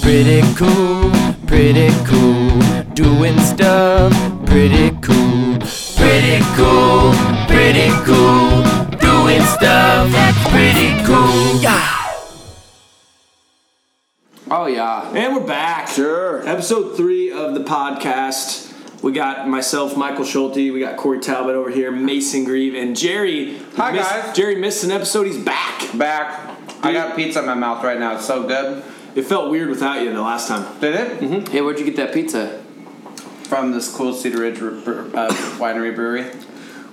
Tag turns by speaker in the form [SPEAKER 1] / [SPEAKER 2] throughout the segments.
[SPEAKER 1] Pretty cool, pretty cool, doing stuff pretty cool. Pretty cool, pretty cool, doing stuff pretty cool. Yeah.
[SPEAKER 2] Oh
[SPEAKER 1] uh,
[SPEAKER 2] yeah.
[SPEAKER 3] And we're back.
[SPEAKER 2] Sure.
[SPEAKER 3] Episode three of the podcast. We got myself, Michael Schulte. We got Corey Talbot over here, Mason Grieve, and Jerry.
[SPEAKER 4] Hi,
[SPEAKER 3] missed-
[SPEAKER 4] guys.
[SPEAKER 3] Jerry missed an episode. He's back.
[SPEAKER 4] Back. I got pizza in my mouth right now. It's so good.
[SPEAKER 3] It felt weird without you the last time.
[SPEAKER 4] Did it?
[SPEAKER 1] Hey, where'd you get that pizza?
[SPEAKER 4] From this cool Cedar Ridge bre- bre- uh, winery brewery.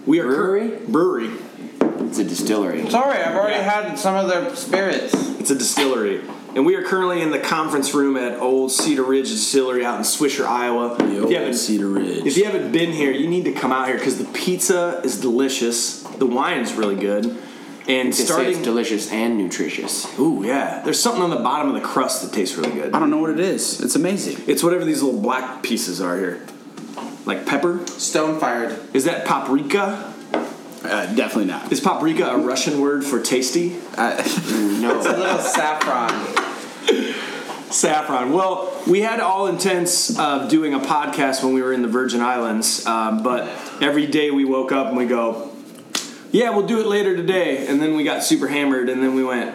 [SPEAKER 3] We are cur-
[SPEAKER 1] Brewery?
[SPEAKER 3] brewery.
[SPEAKER 1] It's a distillery.
[SPEAKER 4] Sorry, I've already
[SPEAKER 3] Yeah.
[SPEAKER 4] had some of their spirits.
[SPEAKER 3] It's a distillery. And we are currently in the conference room at Old Cedar Ridge Distillery out in Swisher, Iowa. If you, haven't,
[SPEAKER 1] Cedar Ridge.
[SPEAKER 3] if you haven't been here, you need to come out here because the pizza is delicious. The wine's really good. And
[SPEAKER 1] They say it's
[SPEAKER 3] starting,
[SPEAKER 1] delicious and nutritious.
[SPEAKER 3] ooh yeah, there's something on the bottom of the crust that tastes really good.
[SPEAKER 2] I don't know what it is. It's amazing.
[SPEAKER 3] It's whatever these little black pieces are here, like pepper.
[SPEAKER 4] Stone fired.
[SPEAKER 3] Is that paprika?
[SPEAKER 2] Uh, definitely not.
[SPEAKER 3] Is paprika a Russian word for tasty?
[SPEAKER 4] It's a little saffron.
[SPEAKER 3] Saffron. Well, we had all intents of doing a podcast when we were in the Virgin Islands, um, but every day we woke up and we go, "Yeah, we'll do it later today," and then we got super hammered, and then we went,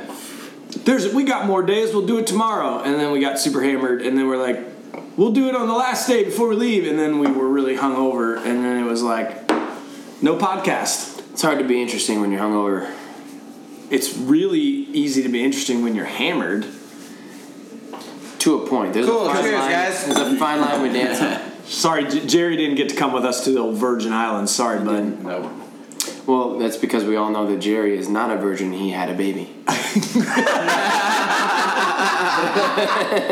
[SPEAKER 3] "There's we got more days, we'll do it tomorrow," and then we got super hammered, and then we're like, "We'll do it on the last day before we leave," and then we were really hungover, and then it was like, "No podcast."
[SPEAKER 1] It's hard to be interesting when you're hungover.
[SPEAKER 3] It's really easy to be interesting when you're hammered.
[SPEAKER 1] To a point. There's
[SPEAKER 4] Cool,
[SPEAKER 1] a fine
[SPEAKER 4] cheers,
[SPEAKER 1] line.
[SPEAKER 4] guys.
[SPEAKER 1] There's a fine line with dancing.
[SPEAKER 3] Sorry, J- Jerry didn't get to come with us to the old Virgin Islands. Sorry, bud.
[SPEAKER 4] No.
[SPEAKER 1] well, that's because we all know that Jerry is not a virgin. He had a baby.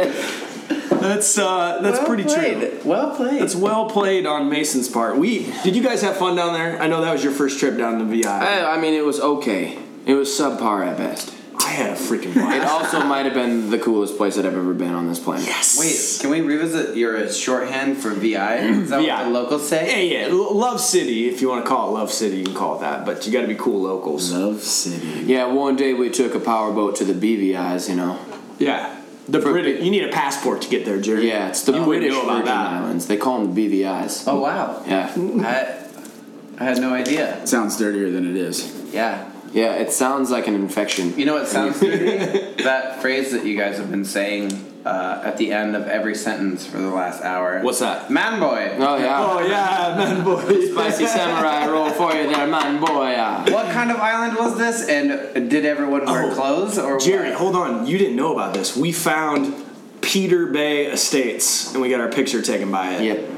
[SPEAKER 3] That's uh, that's pretty true.
[SPEAKER 4] Well played.
[SPEAKER 3] That's well played on Mason's part. We did you guys have fun down there? I know that was your first trip down to VI.
[SPEAKER 1] I, I mean, it was okay. It was subpar at best.
[SPEAKER 3] I had a freaking blast.
[SPEAKER 1] It also might have been the coolest place that I've ever been on this planet.
[SPEAKER 3] yes.
[SPEAKER 4] Wait, can we revisit your shorthand for VI? Is that
[SPEAKER 3] VI.
[SPEAKER 4] what the locals
[SPEAKER 3] Yeah,
[SPEAKER 4] say?
[SPEAKER 3] yeah. L- Love City, if you want to call it Love City, you can call it that. But you got to be cool locals.
[SPEAKER 2] Love City.
[SPEAKER 1] Yeah, one day we took a powerboat to the BVI's, you know.
[SPEAKER 3] Yeah. The British. You need a passport to get there, Jerry.
[SPEAKER 1] Yeah, it's the
[SPEAKER 3] You wouldn't
[SPEAKER 1] British
[SPEAKER 3] know
[SPEAKER 1] Virgin
[SPEAKER 3] about that.
[SPEAKER 1] Islands. They call them the BVI's.
[SPEAKER 4] Oh wow.
[SPEAKER 1] Yeah.
[SPEAKER 4] I, I had no idea.
[SPEAKER 2] Sounds dirtier than it is.
[SPEAKER 4] Yeah.
[SPEAKER 1] Yeah, it sounds like an infection.
[SPEAKER 4] You know what sounds dirty? that phrase that you guys have been saying uh, at the end of every sentence for the last hour.
[SPEAKER 3] What's that?
[SPEAKER 4] Man boy.
[SPEAKER 1] Oh, yeah.
[SPEAKER 3] Oh yeah, man, boy.
[SPEAKER 1] Spicy samurai roll for you there, man, boy. uh, Yeah.
[SPEAKER 4] What kind of island was this? And did everyone wear
[SPEAKER 3] Oh,
[SPEAKER 4] clothes or
[SPEAKER 3] Jerry,
[SPEAKER 4] what?
[SPEAKER 3] hold on. You didn't know about this. We found Peter Bay Estates, and we got our picture taken by it.
[SPEAKER 1] Yep.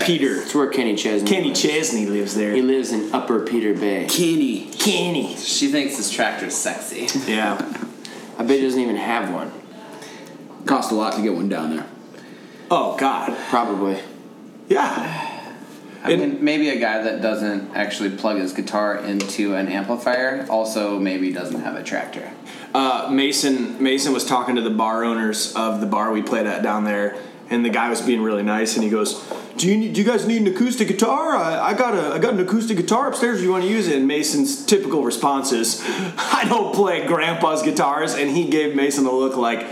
[SPEAKER 3] Peter.
[SPEAKER 1] It's where Kenny Chesney
[SPEAKER 3] Kenny
[SPEAKER 1] lives.
[SPEAKER 3] Chesney lives
[SPEAKER 1] He
[SPEAKER 3] there.
[SPEAKER 1] lives in Upper Peter Bay.
[SPEAKER 2] Kenny.
[SPEAKER 3] Kenny.
[SPEAKER 4] She thinks this tractor's sexy.
[SPEAKER 3] Yeah.
[SPEAKER 1] I bet he doesn't even have one.
[SPEAKER 2] Cost a lot to get one down there.
[SPEAKER 3] Oh God.
[SPEAKER 1] Probably.
[SPEAKER 3] Yeah.
[SPEAKER 4] I mean, maybe a guy that doesn't actually plug his guitar into an amplifier also maybe doesn't have a tractor.
[SPEAKER 3] Uh, Mason Mason was talking to the bar owners of the bar we played at down there, and the guy was being really nice, and he goes, "Do you need, do you guys need an acoustic guitar? I, I got a I got an acoustic guitar upstairs. If you want to use it?" And Mason's typical response is, "I don't play grandpa's guitars," and he gave Mason a look like.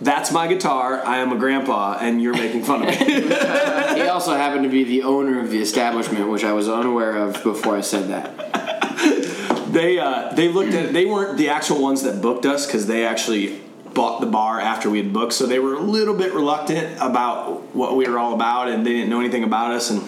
[SPEAKER 3] That's my guitar. I am a grandpa, and you're making fun of me.
[SPEAKER 1] He also happened to be the owner of the establishment, which I was unaware of before I said that.
[SPEAKER 3] they uh, they looked at they weren't the actual ones that booked us because they actually bought the bar after we had booked, so they were a little bit reluctant about what we were all about, and they didn't know anything about us. And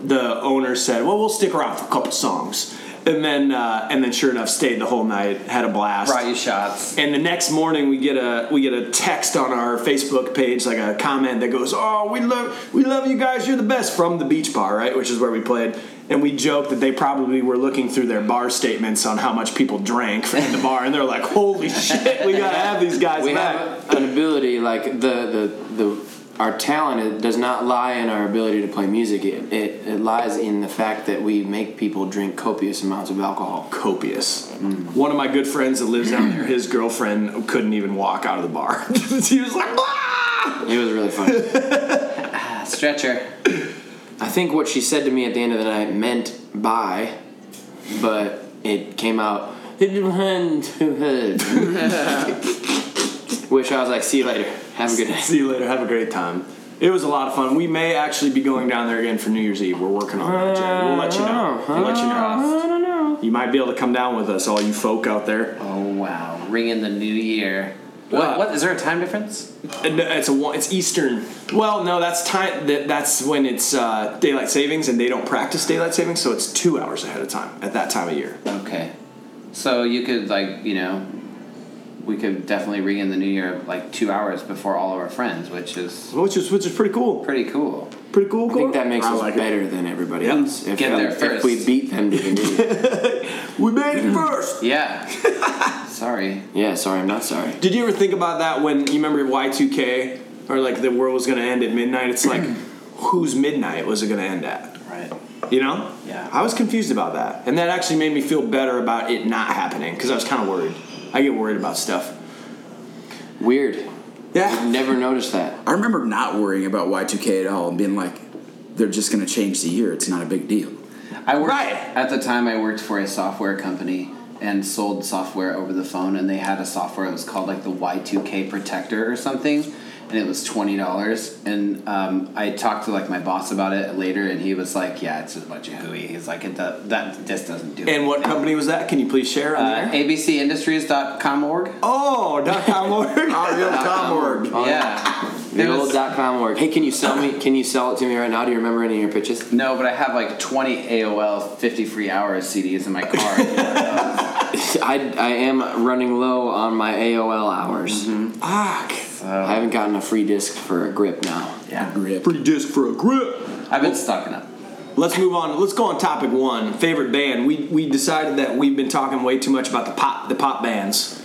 [SPEAKER 3] the owner said, "Well, we'll stick around for a couple songs," and then uh, and then sure enough, stayed the whole night, had a blast.
[SPEAKER 4] Brought you shots.
[SPEAKER 3] And the next morning, we get a we get a text on our Facebook page, like a comment that goes, "Oh, we love we love you guys. You're the best." From the beach bar, right, which is where we played. And we joke that they probably were looking through their bar statements on how much people drank in the bar, and they're like, "Holy shit, we gotta have these guys
[SPEAKER 1] We
[SPEAKER 3] back."
[SPEAKER 1] have an ability, like the the the our talent it does not lie in our ability to play music. It, it it lies in the fact that we make people drink copious amounts of alcohol.
[SPEAKER 3] copious.
[SPEAKER 1] Mm.
[SPEAKER 3] One of my good friends that lives down there, his girlfriend couldn't even walk out of the bar. she was like, "Ah!"
[SPEAKER 1] It was really fun.
[SPEAKER 4] Ah, Stretcher.
[SPEAKER 1] I think what she said to me at the end of the night meant bye, but it came out. Which I was like, see you later. Have a good day.
[SPEAKER 3] See you later. Have a great time. It was a lot of fun. We may actually be going down there again for New Year's Eve. We're working on that, Jay. We'll let you know. We'll let you know.
[SPEAKER 1] Uh, I don't know.
[SPEAKER 3] You might be able to come down with us, all you folk out there.
[SPEAKER 4] Oh wow, ringing the new year.
[SPEAKER 3] Uh,
[SPEAKER 4] What? What is there a time difference?
[SPEAKER 3] And It's a one- it's Eastern. Well, no, that's time. That, that's when it's uh, daylight savings, and they don't practice daylight savings, so it's two hours ahead of time at that time of year.
[SPEAKER 4] Okay, so you could like you know, we could definitely ring in the new year like two hours before all of our friends, which is
[SPEAKER 3] which is which is pretty cool.
[SPEAKER 4] pretty cool.
[SPEAKER 3] Pretty cool.
[SPEAKER 1] I think that makes
[SPEAKER 2] I
[SPEAKER 1] us
[SPEAKER 2] like it.
[SPEAKER 1] better than everybody
[SPEAKER 3] Yeah.
[SPEAKER 1] else. If,
[SPEAKER 4] Get there
[SPEAKER 1] if
[SPEAKER 4] first.
[SPEAKER 1] we beat them to the meeting.
[SPEAKER 3] we made it first.
[SPEAKER 4] Yeah. Sorry.
[SPEAKER 1] yeah, sorry, I'm not sorry.
[SPEAKER 3] Did you ever think about that when you remember Y two K or like the world was gonna end at midnight? It's like whose midnight was it gonna end at?
[SPEAKER 4] Right.
[SPEAKER 3] You know?
[SPEAKER 4] Yeah.
[SPEAKER 3] I was confused about that, and that actually made me feel better about it not happening because I was kind of worried. I get worried about stuff.
[SPEAKER 1] Weird.
[SPEAKER 3] Yeah.
[SPEAKER 1] Never noticed that.
[SPEAKER 2] I remember not worrying about Y2K at all and being like, they're just going to change the year. It's not a big deal.
[SPEAKER 4] I worked
[SPEAKER 3] Right.
[SPEAKER 4] at the time. I worked for a software company and sold software over the phone, and they had a software. It was called like the Y two K Protector or something, and it was twenty dollars. And um, I talked to like my boss about it later, and he was like, "Yeah, it's just a bunch of hooey." He's like, "It do- that this doesn't do it."
[SPEAKER 3] And what company was that? Can you please share on
[SPEAKER 4] Uh,
[SPEAKER 3] there?
[SPEAKER 4] abcindustries.com org.
[SPEAKER 3] Oh, dot com org.
[SPEAKER 2] Oh, real
[SPEAKER 4] yeah.
[SPEAKER 1] The
[SPEAKER 4] There
[SPEAKER 1] old
[SPEAKER 4] was-
[SPEAKER 1] dot com org. Hey, can you sell me? Can you sell it to me right now? Do you remember any of your pitches?
[SPEAKER 4] no, but I have like 20 AOL 50 free hours CDs in my car.
[SPEAKER 1] I, I am running low on my AOL hours.
[SPEAKER 3] Ah,
[SPEAKER 1] I haven't gotten a free disc for a grip now.
[SPEAKER 4] yeah.
[SPEAKER 2] Rip.
[SPEAKER 3] free disc for a grip.
[SPEAKER 4] I've been stocking up.
[SPEAKER 3] Let's move on. Let's go on topic one. Favorite band. We we decided that we've been talking way too much about the pop the pop bands,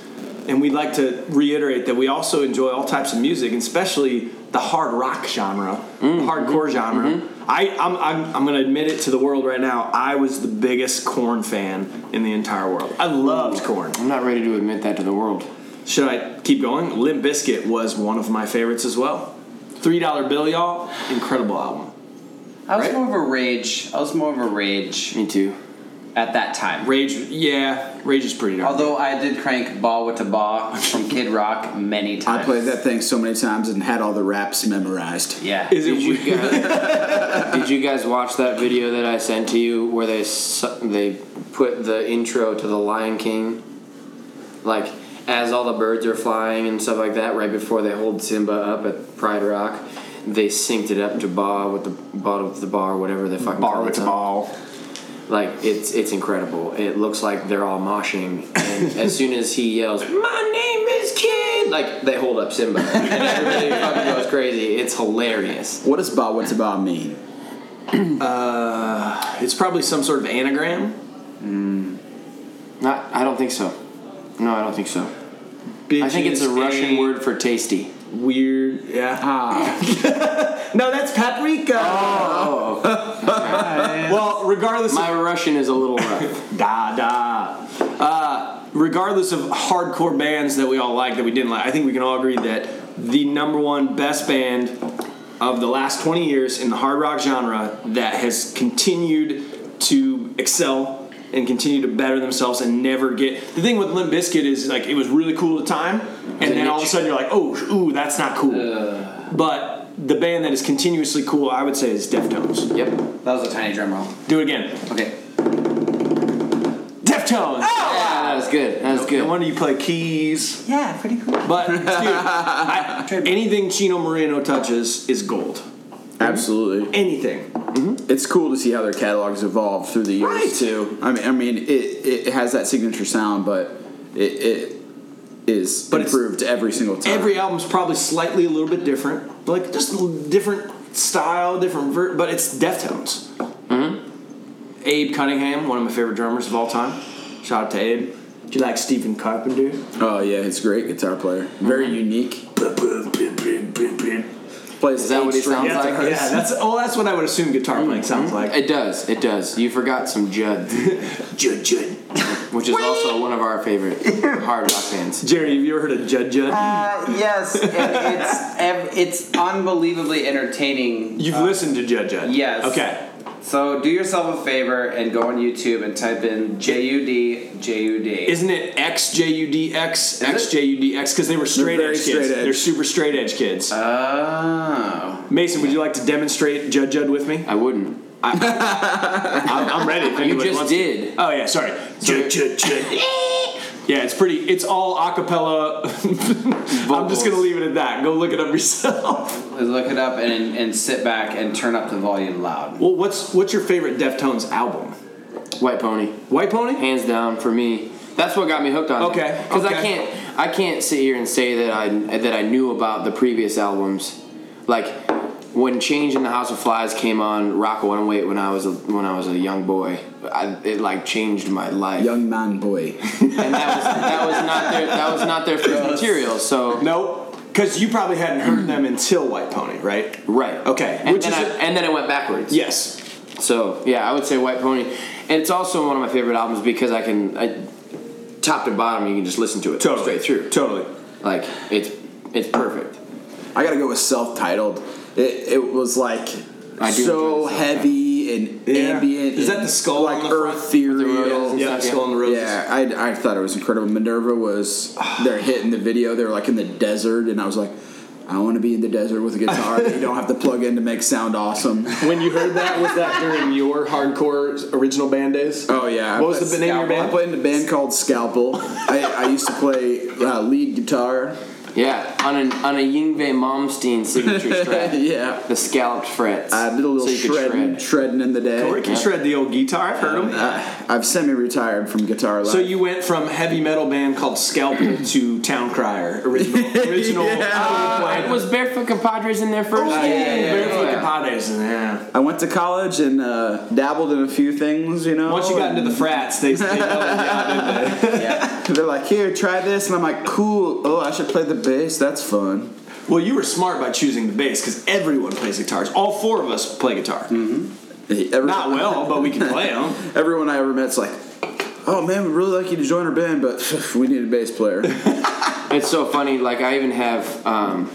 [SPEAKER 3] and we'd like to reiterate that we also enjoy all types of music, and especially the hard rock genre, the hardcore genre. I I'm, I'm I'm gonna admit it to the world right now. I was the biggest Corn fan in the entire world. I loved Corn.
[SPEAKER 1] I'm not ready to admit that to the world.
[SPEAKER 3] Should I keep going? Limp Biscuit was one of my favorites as well. Three Dollar Bill, y'all. Incredible album.
[SPEAKER 4] I was
[SPEAKER 3] Right?
[SPEAKER 4] more of a rage. I was more of a rage
[SPEAKER 1] Me too.
[SPEAKER 4] at that time.
[SPEAKER 3] Rage. Yeah, Rage is pretty darn.
[SPEAKER 4] Although I did crank ball with a ball from Kid Rock many times.
[SPEAKER 2] I played that thing so many times and had all the raps memorized.
[SPEAKER 4] Yeah.
[SPEAKER 3] Is it
[SPEAKER 1] Did you
[SPEAKER 3] weird?
[SPEAKER 1] guys, did you guys watch that video that I sent to you where they su- they put the intro to the Lion King, like as all the birds are flying and stuff like that, right before they hold Simba up at Pride Rock, they synced it up to Ba with the bottom of the bar, whatever they fucking
[SPEAKER 3] bar
[SPEAKER 1] call
[SPEAKER 3] with
[SPEAKER 1] it.
[SPEAKER 3] the ball.
[SPEAKER 1] Like it's it's incredible. It looks like they're all moshing, and as soon as he yells, "My name is Kid," like they hold up Simba, and everybody fucking goes crazy. It's hilarious.
[SPEAKER 2] What does Ba What's About mean?
[SPEAKER 3] Mm-hmm. It's probably some sort of anagram.
[SPEAKER 1] Not, I don't think so. No, I don't think so. I think it's a
[SPEAKER 3] Bitches,
[SPEAKER 1] Russian
[SPEAKER 3] a
[SPEAKER 1] word for tasty.
[SPEAKER 3] Weird. Yeah.
[SPEAKER 1] Ah.
[SPEAKER 3] no, that's paprika.
[SPEAKER 1] Oh.
[SPEAKER 3] well, regardless
[SPEAKER 1] My Russian is a little rough.
[SPEAKER 3] of da da. Uh, regardless of hardcore bands that we all like that we didn't like, I think we can all agree that the number one best band of the last 20 years in the hard rock genre that has continued to excel and continue to better themselves and never get the thing with Limp Bizkit is like it was really cool at the time and then all of a sudden you're like oh sh- ooh that's not cool but the band that is continuously cool I would say is Deftones
[SPEAKER 1] yep.
[SPEAKER 4] That was a tiny drum roll.
[SPEAKER 3] do it again
[SPEAKER 4] Okay.
[SPEAKER 3] Deftones
[SPEAKER 1] Yeah, that was good. That was
[SPEAKER 3] No
[SPEAKER 1] good.
[SPEAKER 3] wonder you play keys.
[SPEAKER 4] Yeah, pretty cool.
[SPEAKER 3] But dude, I, anything Chino Moreno touches is gold.
[SPEAKER 2] Absolutely.
[SPEAKER 3] Anything.
[SPEAKER 2] It's cool to see how their catalogs evolved through the years
[SPEAKER 3] Right.
[SPEAKER 2] too. I mean, I mean, it, it has that signature sound, but it, it is
[SPEAKER 3] But it's-
[SPEAKER 2] improved every single time.
[SPEAKER 3] Every album's probably slightly a little bit different, like just l- different style, different. Ver- but it's Deftones.
[SPEAKER 4] Mm-hmm.
[SPEAKER 3] Abe Cunningham, one of my favorite drummers of all time. Shout out to Abe. Do you like Stephen Carpenter?
[SPEAKER 2] oh yeah, he's a great guitar player. Very
[SPEAKER 3] Mm-hmm.
[SPEAKER 2] unique. Plays
[SPEAKER 1] Is that what he sounds
[SPEAKER 3] Yeah,
[SPEAKER 1] like?
[SPEAKER 3] yeah, that's oh, that's what I would assume guitar
[SPEAKER 4] Mm-hmm.
[SPEAKER 3] playing sounds like.
[SPEAKER 1] It does. It does. You forgot some Judd,
[SPEAKER 3] Judd Judd.
[SPEAKER 1] which is also one of our favorite hard rock bands.
[SPEAKER 3] Jerry, have you ever heard of Judd Judd?
[SPEAKER 4] Uh, yes, and it's ev- it's unbelievably entertaining.
[SPEAKER 3] You've listened to Judd Judd.
[SPEAKER 4] yes.
[SPEAKER 3] Okay.
[SPEAKER 4] So do yourself a favor and go on YouTube and type in J U D J U D.
[SPEAKER 3] Isn't it X J U D X
[SPEAKER 4] Is it?
[SPEAKER 3] X J U D X? Because they were straight
[SPEAKER 2] very
[SPEAKER 3] edge kids.
[SPEAKER 2] straight edge.
[SPEAKER 3] They're super straight edge
[SPEAKER 4] Uh,
[SPEAKER 3] kids.
[SPEAKER 4] Oh.
[SPEAKER 3] Mason, would you like to demonstrate Judd Judd with me?
[SPEAKER 1] I wouldn't.
[SPEAKER 3] I'm, I'm ready. If anybody
[SPEAKER 1] just
[SPEAKER 3] wants to-
[SPEAKER 1] did.
[SPEAKER 3] Oh yeah, sorry. Judd, Judd, Judd. Yeah, it's pretty. It's all acapella. I'm just gonna leave it at that. Go look it up yourself.
[SPEAKER 4] Look it up and, and sit back and turn up the volume loud.
[SPEAKER 3] Well, what's what's your favorite Deftones album?
[SPEAKER 1] White pony.
[SPEAKER 3] White Pony.
[SPEAKER 1] hands down for me. That's what got me hooked on.
[SPEAKER 3] Okay,
[SPEAKER 1] because
[SPEAKER 3] okay.
[SPEAKER 1] I can't I can't sit here and say that I that I knew about the previous albums, like when Change in the House of Flies came on Rock 108 when I was a, when I was a young boy. I, it like changed my life,
[SPEAKER 2] Young man boy.
[SPEAKER 1] and that was that was not their that was not their first material. So
[SPEAKER 3] No, because you probably hadn't heard them until White Pony, right?
[SPEAKER 1] right,
[SPEAKER 3] Okay,
[SPEAKER 1] and
[SPEAKER 3] which
[SPEAKER 1] then
[SPEAKER 3] is
[SPEAKER 1] I,
[SPEAKER 3] a-
[SPEAKER 1] and then it went backwards.
[SPEAKER 3] Yes.
[SPEAKER 1] So yeah, I would say White Pony, and it's also one of my favorite albums because I can I, top to bottom you can just listen to it
[SPEAKER 3] Totally.
[SPEAKER 1] straight through.
[SPEAKER 3] Totally.
[SPEAKER 1] Like it's it's perfect.
[SPEAKER 2] I gotta go with self-titled. It, it was like
[SPEAKER 1] I do
[SPEAKER 2] so
[SPEAKER 1] enjoy the
[SPEAKER 2] heavy and
[SPEAKER 3] Yeah.
[SPEAKER 2] ambient.
[SPEAKER 3] Is that
[SPEAKER 2] and
[SPEAKER 3] the skull
[SPEAKER 2] like
[SPEAKER 3] on the front?
[SPEAKER 2] Earth ethereal?
[SPEAKER 1] Yeah,
[SPEAKER 3] Yeah, Skull and the Roses.
[SPEAKER 2] Yeah, I, I thought it was incredible. Minerva was they're hitting the video. They were like in the desert, and I was like, I want to be in the desert with a guitar that you don't have to plug in to make sound awesome.
[SPEAKER 3] When you heard that, was that during your hardcore original band days?
[SPEAKER 2] Oh yeah,
[SPEAKER 3] What was
[SPEAKER 2] I played
[SPEAKER 3] the name of your
[SPEAKER 2] Scalpel.
[SPEAKER 3] band?
[SPEAKER 2] I played in a band called Scalpel. I, I used to play uh, lead guitar.
[SPEAKER 1] Yeah, on an on a Yingve Malmsteen signature shred.
[SPEAKER 2] yeah,
[SPEAKER 1] The scalloped frets.
[SPEAKER 2] I did a Uh, little
[SPEAKER 1] so you could
[SPEAKER 2] shredding,
[SPEAKER 1] shred.
[SPEAKER 2] shredding in the day.
[SPEAKER 3] Or can shred the old guitar. I've heard them.
[SPEAKER 2] Uh, I've semi-retired from guitar. Live.
[SPEAKER 3] So you went from heavy metal band called Scalpel to Town Crier, original, original.
[SPEAKER 1] It was Barefoot Compadres in there first.
[SPEAKER 3] yeah, yeah, yeah, Barefoot
[SPEAKER 1] Yeah.
[SPEAKER 3] Compadres, yeah.
[SPEAKER 2] I went to college and uh, dabbled in a few things, you know.
[SPEAKER 3] Once you got into
[SPEAKER 2] Oh.
[SPEAKER 3] the frats, they, "Oh, they
[SPEAKER 2] the, they're like, "Here, try this," and I'm like, "Cool. Oh, I should play the bass. That's fun."
[SPEAKER 3] Well, you were smart by choosing the bass because everyone plays guitars. All four of us play guitar.
[SPEAKER 2] Hey, every-
[SPEAKER 3] Not well, but we can play them.
[SPEAKER 2] Everyone I ever met's like, "Oh man, we'd really like you to join our band, but we need a bass player."
[SPEAKER 1] It's so funny. Like I even have um,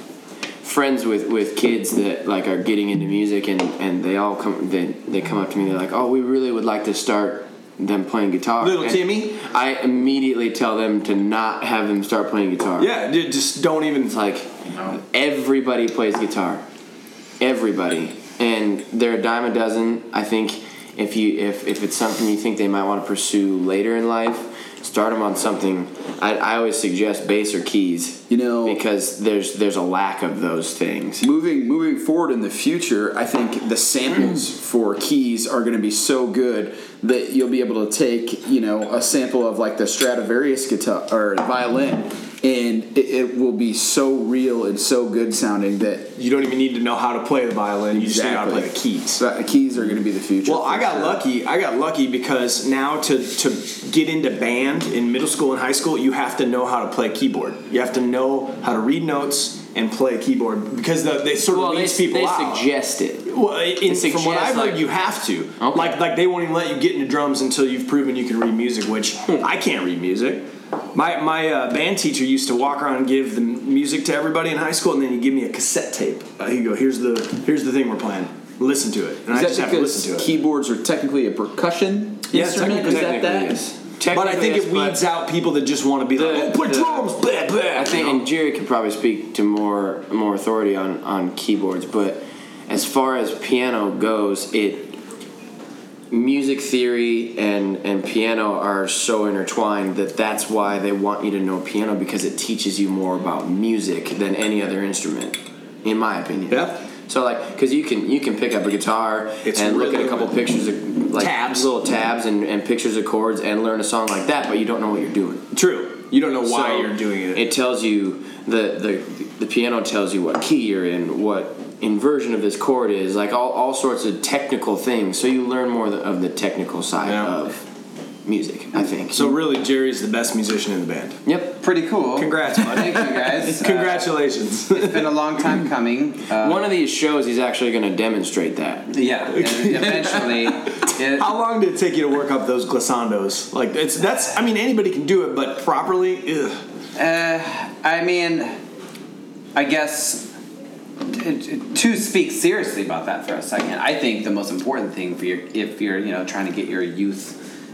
[SPEAKER 1] friends with, with kids that like are getting into music, and, and they all come they, they come up to me. They're like, "Oh, we really would like to start them playing guitar."
[SPEAKER 3] Little
[SPEAKER 1] And
[SPEAKER 3] Timmy?
[SPEAKER 1] I immediately tell them to not have them start playing guitar.
[SPEAKER 3] Yeah, dude, just don't even.
[SPEAKER 1] It's like everybody plays guitar. Everybody. And they're a dime a dozen. I think if you if, if it's something you think they might want to pursue later in life, start them on something. I, I always suggest bass or keys.
[SPEAKER 2] You know-
[SPEAKER 1] because there's there's a lack of those things.
[SPEAKER 2] moving moving forward in the future, I think the
[SPEAKER 3] Mm.
[SPEAKER 2] samples for keys are going to be so good that you'll be able to take you know a sample of like the Stradivarius guitar or violin, and it, it will be so real and so good sounding that
[SPEAKER 3] You don't even need to know how to play the violin. You just know how to play the
[SPEAKER 2] Exactly.
[SPEAKER 3] keys.
[SPEAKER 2] the keys are going to be the future.
[SPEAKER 3] Well, I got lucky. I got lucky because now to to get into band in middle school and high school, you have to know how to play keyboard. You have to know how to read notes and play a keyboard because the, they sort of
[SPEAKER 1] Well, they,
[SPEAKER 3] leads people
[SPEAKER 1] they
[SPEAKER 3] out.
[SPEAKER 1] suggest it.
[SPEAKER 3] well, in, from what
[SPEAKER 1] suggest,
[SPEAKER 3] I've heard,
[SPEAKER 1] like-
[SPEAKER 3] you have to.
[SPEAKER 1] Okay.
[SPEAKER 3] Like like they won't even let you get into drums until you've proven you can read music, which I can't read music. My my uh, band teacher used to walk around and give the music to everybody in high school, and then he'd give me a cassette tape. Uh, he'd go, "Here's the here's the thing we're playing. Listen to it." And I
[SPEAKER 2] Is
[SPEAKER 3] just
[SPEAKER 2] that
[SPEAKER 3] have to
[SPEAKER 2] because
[SPEAKER 3] listen to it.
[SPEAKER 2] keyboards are technically a percussion
[SPEAKER 3] Yeah,
[SPEAKER 2] instrument?
[SPEAKER 3] technically-
[SPEAKER 2] Is that
[SPEAKER 1] Technically,
[SPEAKER 2] that?
[SPEAKER 1] yes.
[SPEAKER 3] But I
[SPEAKER 1] Technically,
[SPEAKER 3] think it
[SPEAKER 1] yes, but-
[SPEAKER 3] weeds out people that just want to be like,
[SPEAKER 1] The-
[SPEAKER 3] oh, play
[SPEAKER 1] the-
[SPEAKER 3] drums, blah, blah.
[SPEAKER 1] I think, and Jerry could probably speak to more more authority on on keyboards, but as far as piano goes, it music theory and and piano are so intertwined that that's why they want you to know piano because it teaches you more about music than any other instrument, in my opinion.
[SPEAKER 3] Yeah.
[SPEAKER 1] So like, because you can you can pick up a guitar
[SPEAKER 3] It's
[SPEAKER 1] and look at
[SPEAKER 3] really-
[SPEAKER 1] a couple pictures of like
[SPEAKER 3] Tabs.
[SPEAKER 1] little tabs and, and pictures of chords and learn a song like that, but you don't know what you're doing.
[SPEAKER 3] True. You don't know why
[SPEAKER 1] So,
[SPEAKER 3] you're doing it.
[SPEAKER 1] It tells you the, the the piano tells you what key you're in, what inversion of this chord is, like all, all sorts of technical things. So you learn more of the technical side
[SPEAKER 3] Yeah.
[SPEAKER 1] of music, I think.
[SPEAKER 3] So really, Jerry's the best musician in the band.
[SPEAKER 1] yep.
[SPEAKER 4] Pretty cool.
[SPEAKER 3] Congrats, buddy.
[SPEAKER 4] Thank you guys.
[SPEAKER 3] Congratulations.
[SPEAKER 4] Uh, it's been a long time coming. Uh,
[SPEAKER 1] One of these shows, he's actually going to demonstrate that.
[SPEAKER 4] yeah. and Eventually. It,
[SPEAKER 3] How long did it take you to work up those glissandos? Like it's that's I mean anybody can do it, but properly, ugh.
[SPEAKER 4] Uh, I mean, I guess to speak seriously about that for a second, I think the most important thing for your if you're you know trying to get your youth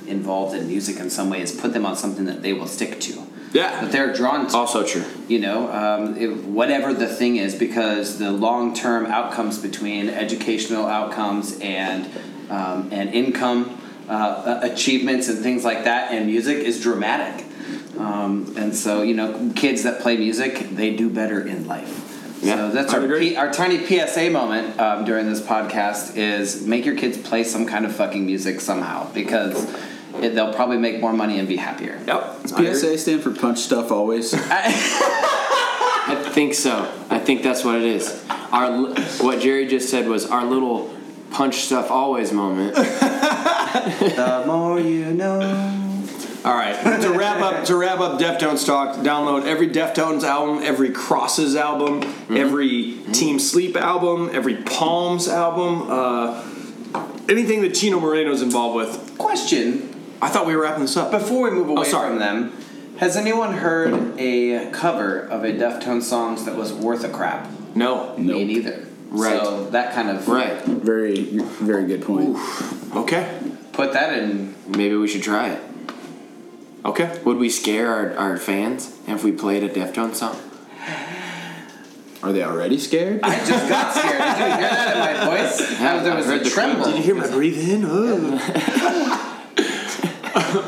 [SPEAKER 4] involved in music in some way is put them on something that they will stick to.
[SPEAKER 3] Yeah.
[SPEAKER 4] that they're drawn to.
[SPEAKER 1] Also true.
[SPEAKER 4] you know, um, it, whatever the thing is, because the long term outcomes between educational outcomes and um, and income uh, a- achievements and things like that, and music is dramatic. Um, and so, you know, kids that play music, they do better in life.
[SPEAKER 1] Yeah,
[SPEAKER 4] so that's
[SPEAKER 3] I
[SPEAKER 4] our
[SPEAKER 3] would agree.
[SPEAKER 4] P- our tiny PSA moment um, during this podcast is make your kids play some kind of fucking music somehow because it, they'll probably make more money and be happier.
[SPEAKER 3] Yep.
[SPEAKER 2] PSA stand for punch stuff always.
[SPEAKER 1] I think so. I think that's what it is. Our li- what Jerry just said was our little punch stuff always moment.
[SPEAKER 4] The more you know.
[SPEAKER 3] All right. to wrap up, to wrap up Deftones talk. Download every Deftones album, every Crosses album, every Team Sleep album, every Palms album, uh, anything that Chino Moreno's involved with.
[SPEAKER 4] Question
[SPEAKER 3] I thought we were wrapping this up.
[SPEAKER 4] Before we move
[SPEAKER 1] Oh,
[SPEAKER 4] away
[SPEAKER 3] Oh, sorry.
[SPEAKER 4] from them, has anyone heard a cover of a Deftones song that was worth a crap?
[SPEAKER 3] No.
[SPEAKER 4] Me neither.
[SPEAKER 1] Right.
[SPEAKER 4] So that kind of
[SPEAKER 1] Right.
[SPEAKER 2] Very, very good point.
[SPEAKER 3] Okay.
[SPEAKER 4] Put that in.
[SPEAKER 1] Maybe we should try it.
[SPEAKER 3] Okay.
[SPEAKER 1] Would we scare our, our fans if we played a Deftones song?
[SPEAKER 2] Are they already scared?
[SPEAKER 4] I just got scared. Did you hear that in my voice?
[SPEAKER 1] Yeah,
[SPEAKER 4] there
[SPEAKER 1] I
[SPEAKER 4] was
[SPEAKER 1] heard
[SPEAKER 4] a
[SPEAKER 1] the
[SPEAKER 4] tremble.
[SPEAKER 1] crunch. Did
[SPEAKER 3] hear my breathe in?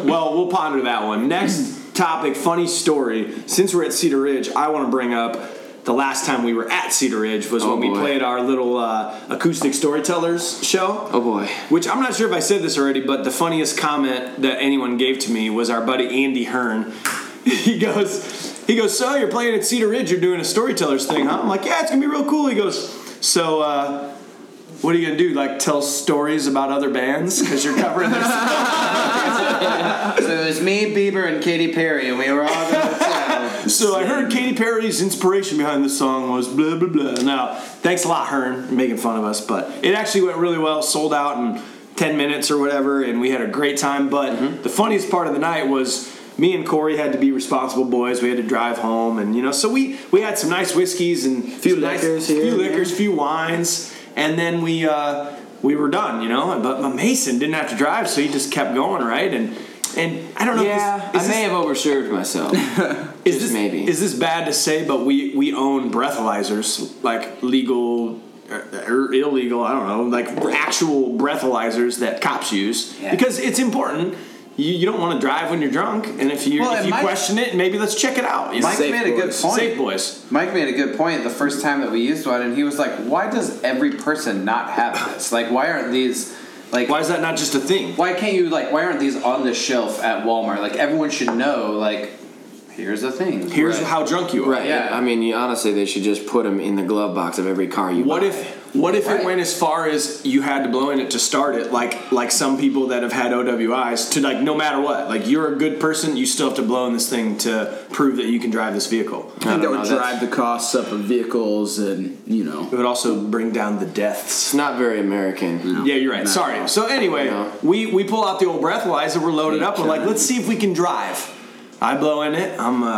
[SPEAKER 3] well, we'll ponder that one. Next topic, funny story. Since we're at Cedar Ridge, I want to bring up the last time we were at Cedar Ridge was
[SPEAKER 1] Oh,
[SPEAKER 3] when we
[SPEAKER 1] boy.
[SPEAKER 3] played our little uh, acoustic storytellers show.
[SPEAKER 1] Oh boy.
[SPEAKER 3] Which I'm not sure if I said this already, but the funniest comment that anyone gave to me was our buddy Andy Hearn. He goes, he goes, so you're playing at Cedar Ridge, you're doing a storytellers thing, huh? I'm like, yeah, it's gonna be real cool. He goes, so uh, what are you gonna do? Like tell stories about other bands because you're covering their songs?
[SPEAKER 4] So it was me, Bieber, and Katy Perry, and we were all going to town.
[SPEAKER 3] So I heard Katy Perry's inspiration behind the song was blah blah blah. Now, thanks a lot, Hearn, for making fun of us, but it actually went really well, sold out in ten minutes or whatever, and we had a great time. But
[SPEAKER 2] Mm-hmm.
[SPEAKER 3] the funniest part of the night was me and Corey had to be responsible boys. We had to drive home, and you know, so we we had some nice whiskeys and
[SPEAKER 2] Few
[SPEAKER 3] some nice-
[SPEAKER 2] liquors here
[SPEAKER 3] few
[SPEAKER 2] and
[SPEAKER 3] liquors, few wines, and then we. Uh, we were done, you know, but but Mason didn't have to drive, so he just kept going, right? And and I don't know. if this-
[SPEAKER 1] I
[SPEAKER 3] is this-
[SPEAKER 1] may have overserved myself.
[SPEAKER 3] is
[SPEAKER 1] Just
[SPEAKER 3] this
[SPEAKER 1] maybe.
[SPEAKER 3] is this bad to say? But we we own breathalyzers, like legal or, or illegal. I don't know, like actual breathalyzers that cops use
[SPEAKER 4] Yeah.
[SPEAKER 3] because it's important. You, you don't want to drive when you're drunk, and if you
[SPEAKER 4] Well,
[SPEAKER 3] if
[SPEAKER 4] and
[SPEAKER 3] you
[SPEAKER 4] Mike-
[SPEAKER 3] question it, maybe let's check it out. you know?
[SPEAKER 4] Mike
[SPEAKER 2] Safe
[SPEAKER 4] made a good
[SPEAKER 2] boys.
[SPEAKER 4] point.
[SPEAKER 3] Safe boys.
[SPEAKER 4] Mike made a good point the first time that we used one, and he was like, "Why does every person not have this? Like, why aren't these like
[SPEAKER 3] Why is that not just a thing?
[SPEAKER 4] why can't you like why aren't these on the shelf at Walmart? Like everyone should know like here's the thing.
[SPEAKER 3] Here's
[SPEAKER 1] Right.
[SPEAKER 3] how drunk you are.
[SPEAKER 1] Right.
[SPEAKER 4] Yeah.
[SPEAKER 1] I mean, you, honestly, they should just put them in the glove box of every car you
[SPEAKER 3] What
[SPEAKER 1] buy.
[SPEAKER 3] if what if
[SPEAKER 4] Right.
[SPEAKER 3] it went as far as you had to blow in it to start it, like like some people that have had OWIs to like no matter what, like you're a good person, you still have to blow in this thing to prove that you can drive this vehicle.
[SPEAKER 2] I think that would
[SPEAKER 1] know,
[SPEAKER 2] drive the costs up of vehicles and, you know.
[SPEAKER 3] It would also bring down the deaths.
[SPEAKER 1] It's not very American.
[SPEAKER 3] Yeah, you're right.
[SPEAKER 2] No.
[SPEAKER 3] Sorry. So anyway,
[SPEAKER 1] No.
[SPEAKER 3] we we pull out the old breathalyzer, we're loaded up, we're like,
[SPEAKER 2] Okay.
[SPEAKER 3] let's see if we can drive. I blow in it, I'm uh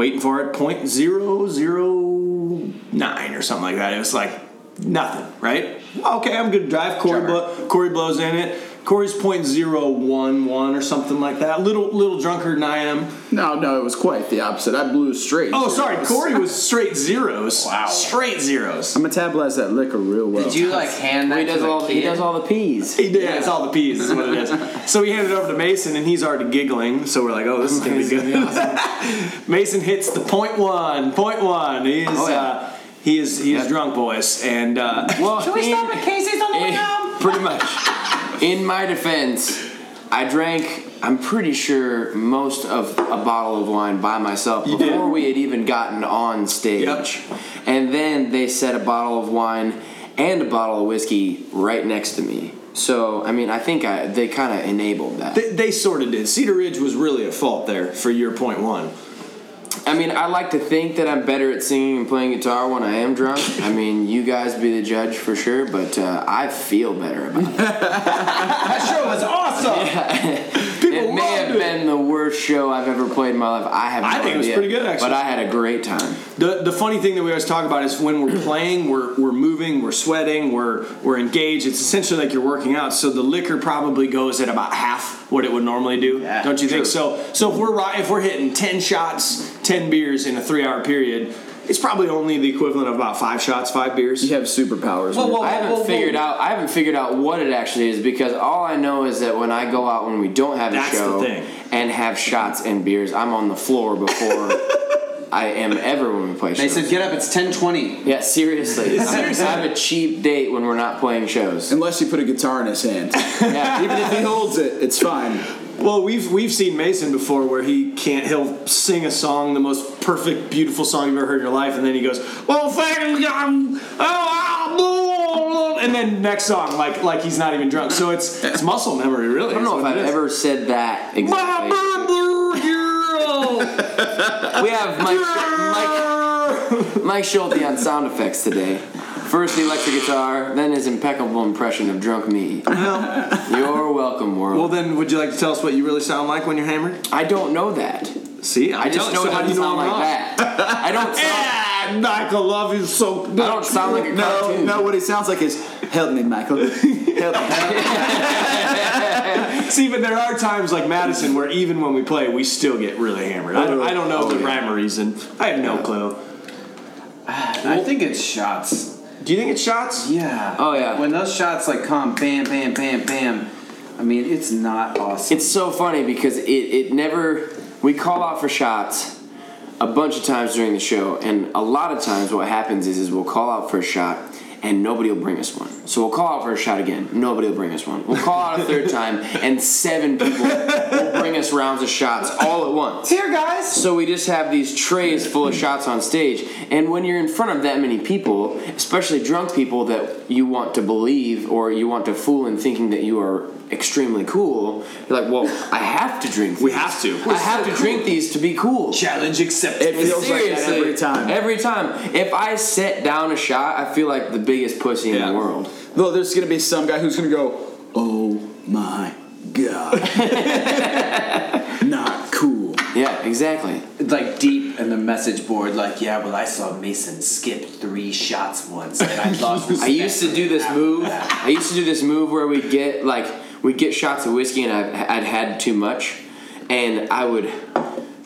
[SPEAKER 3] waiting for it, point zero zero nine or something like that. It was like nothing, right? Okay, I'm good to drive. Corey
[SPEAKER 4] Sure.
[SPEAKER 3] blow, Corey blows in it. Corey's point zero one one or something like that. Little little drunker than I am.
[SPEAKER 2] No, no, it was quite the opposite. I blew straight.
[SPEAKER 3] Oh, sorry, Corey was straight zeros.
[SPEAKER 4] Wow.
[SPEAKER 3] Straight zeros.
[SPEAKER 2] I metabolize that liquor real well.
[SPEAKER 4] Did you like hand that
[SPEAKER 1] He does
[SPEAKER 4] to a
[SPEAKER 1] all.
[SPEAKER 4] kid?
[SPEAKER 1] He does all the peas.
[SPEAKER 3] He did. It's all the peas is what it is. so we hand it over to Mason, and he's already giggling. So we're like, "Oh, this is gonna be good." Mason hits the point one, point one. He is.
[SPEAKER 1] yeah.
[SPEAKER 3] uh, he is. He is drunk, boys, and uh,
[SPEAKER 1] Well, in-
[SPEAKER 4] Casey's on
[SPEAKER 1] in- pretty much. In my defense, I drank. I'm pretty sure most of a bottle of wine by myself
[SPEAKER 3] You did.
[SPEAKER 1] before we had even gotten on stage.
[SPEAKER 3] Yep.
[SPEAKER 1] And then they set a bottle of wine and a bottle of whiskey right next to me. So I mean, I think I they kind of enabled that.
[SPEAKER 3] they, they sort of did. Cedar Ridge was really at fault there for your point one.
[SPEAKER 1] I mean, I like to think that I'm better at singing and playing guitar when I am drunk. I mean, you guys be the judge for sure, but uh, I feel better about it.
[SPEAKER 4] That show was awesome.
[SPEAKER 3] People
[SPEAKER 1] It may
[SPEAKER 3] loved
[SPEAKER 1] have
[SPEAKER 3] it.
[SPEAKER 1] been the worst show I've ever played in my life. I have.
[SPEAKER 3] I
[SPEAKER 1] no
[SPEAKER 3] think it was
[SPEAKER 1] idea,
[SPEAKER 3] pretty good, actually.
[SPEAKER 1] But I had a great time.
[SPEAKER 3] The, the funny thing that we always talk about is when we're playing, we're, we're moving, we're sweating, we're, we're engaged. It's essentially like you're working out. So the liquor probably goes at about half what it would normally do.
[SPEAKER 4] Yeah,
[SPEAKER 3] don't you think?
[SPEAKER 4] true.
[SPEAKER 3] So so if we're ri- if we're hitting ten shots, ten beers in a three hour period, it's probably only the equivalent of about five shots, five beers.
[SPEAKER 2] You have superpowers.
[SPEAKER 4] Whoa, whoa.
[SPEAKER 1] I haven't figured out. I haven't figured out what it actually is because all I know is that when I go out when we don't have
[SPEAKER 3] That's
[SPEAKER 1] a
[SPEAKER 3] the
[SPEAKER 1] show
[SPEAKER 3] thing.
[SPEAKER 1] and have shots and beers, I'm on the floor before I am ever when we play
[SPEAKER 4] They
[SPEAKER 1] shows.
[SPEAKER 4] said, "Get up! It's ten twenty.
[SPEAKER 1] yeah, seriously. seriously. I'm a cheap date when we're not playing shows.
[SPEAKER 2] Unless you put a guitar in his hand.
[SPEAKER 1] Yeah,
[SPEAKER 2] Even if he holds it, it's fine.
[SPEAKER 3] Well, we've we've seen Mason before where he can't he'll sing a song, the most perfect, beautiful song you've ever heard in your life, and then he goes, Well thank you, um, oh, ah, blah," and then next song, like like he's not even drunk. So it's it's muscle memory, really.
[SPEAKER 1] I don't know if I've ever said that
[SPEAKER 3] My
[SPEAKER 1] exactly.
[SPEAKER 3] brother,
[SPEAKER 1] We have Mike, Mike, Mike Schulte on sound effects today. First the electric guitar, then his impeccable impression of drunk me. You're welcome, world.
[SPEAKER 3] Well then would you like to tell us what you really sound like when you're hammered?
[SPEAKER 1] I don't know that.
[SPEAKER 3] See, I'm
[SPEAKER 1] I just
[SPEAKER 3] telling-
[SPEAKER 1] know
[SPEAKER 3] so
[SPEAKER 1] it
[SPEAKER 3] how do
[SPEAKER 1] doesn't
[SPEAKER 3] you know
[SPEAKER 1] sound
[SPEAKER 3] I'm
[SPEAKER 1] like
[SPEAKER 3] wrong?
[SPEAKER 1] that. I don't sound,
[SPEAKER 3] Ah, Michael, love you so much.
[SPEAKER 1] I don't sound like a
[SPEAKER 2] No,
[SPEAKER 1] cartoon.
[SPEAKER 2] no, what he sounds like is, help me, Michael. Help me.
[SPEAKER 3] See, but there are times like Madison where even when we play, we still get really hammered. I don't, I don't know the rhyme or reason. I have no clue.
[SPEAKER 4] I think it's shots.
[SPEAKER 3] Do you think it's shots?
[SPEAKER 4] Yeah.
[SPEAKER 1] Oh, yeah.
[SPEAKER 4] When those shots like come, bam, bam, bam, bam. I mean, it's not awesome.
[SPEAKER 1] It's so funny because it, it never. We call out for shots a bunch of times during the show, and a lot of times what happens is, is we'll call out for a shot and nobody will bring us one. So we'll call out for a shot again, nobody will bring us one. We'll call out a third time, and seven people will bring us rounds of shots all at once.
[SPEAKER 4] Here, guys.
[SPEAKER 1] So we just have these trays full of shots on stage, and when you're in front of that many people, especially drunk people that you want to believe or you want to fool in thinking that you are extremely cool, you're like, well, I have to drink. These.
[SPEAKER 3] We have to.
[SPEAKER 1] I have to drink these to be cool.
[SPEAKER 4] Challenge accepted.
[SPEAKER 2] It feels like that every time.
[SPEAKER 1] Every time. If I set down a shot, I feel like the biggest pussy in
[SPEAKER 2] Yeah.
[SPEAKER 1] the world.
[SPEAKER 2] Though there's going to be some guy who's going to go, oh my God. Not cool.
[SPEAKER 1] Yeah, exactly.
[SPEAKER 4] like deep in the message board, like, yeah, well, I saw Mason skip three shots once, and I lost.
[SPEAKER 1] I used to do this move. I used to do this move where we get like we get shots of whiskey and I've, I'd had too much, and I would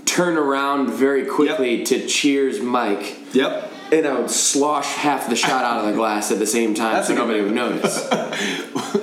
[SPEAKER 1] turn around very quickly to cheers Mike,
[SPEAKER 3] Yep.
[SPEAKER 1] and I would slosh half the shot out of the glass at the same time
[SPEAKER 4] That's
[SPEAKER 1] so
[SPEAKER 4] a good
[SPEAKER 1] nobody would notice.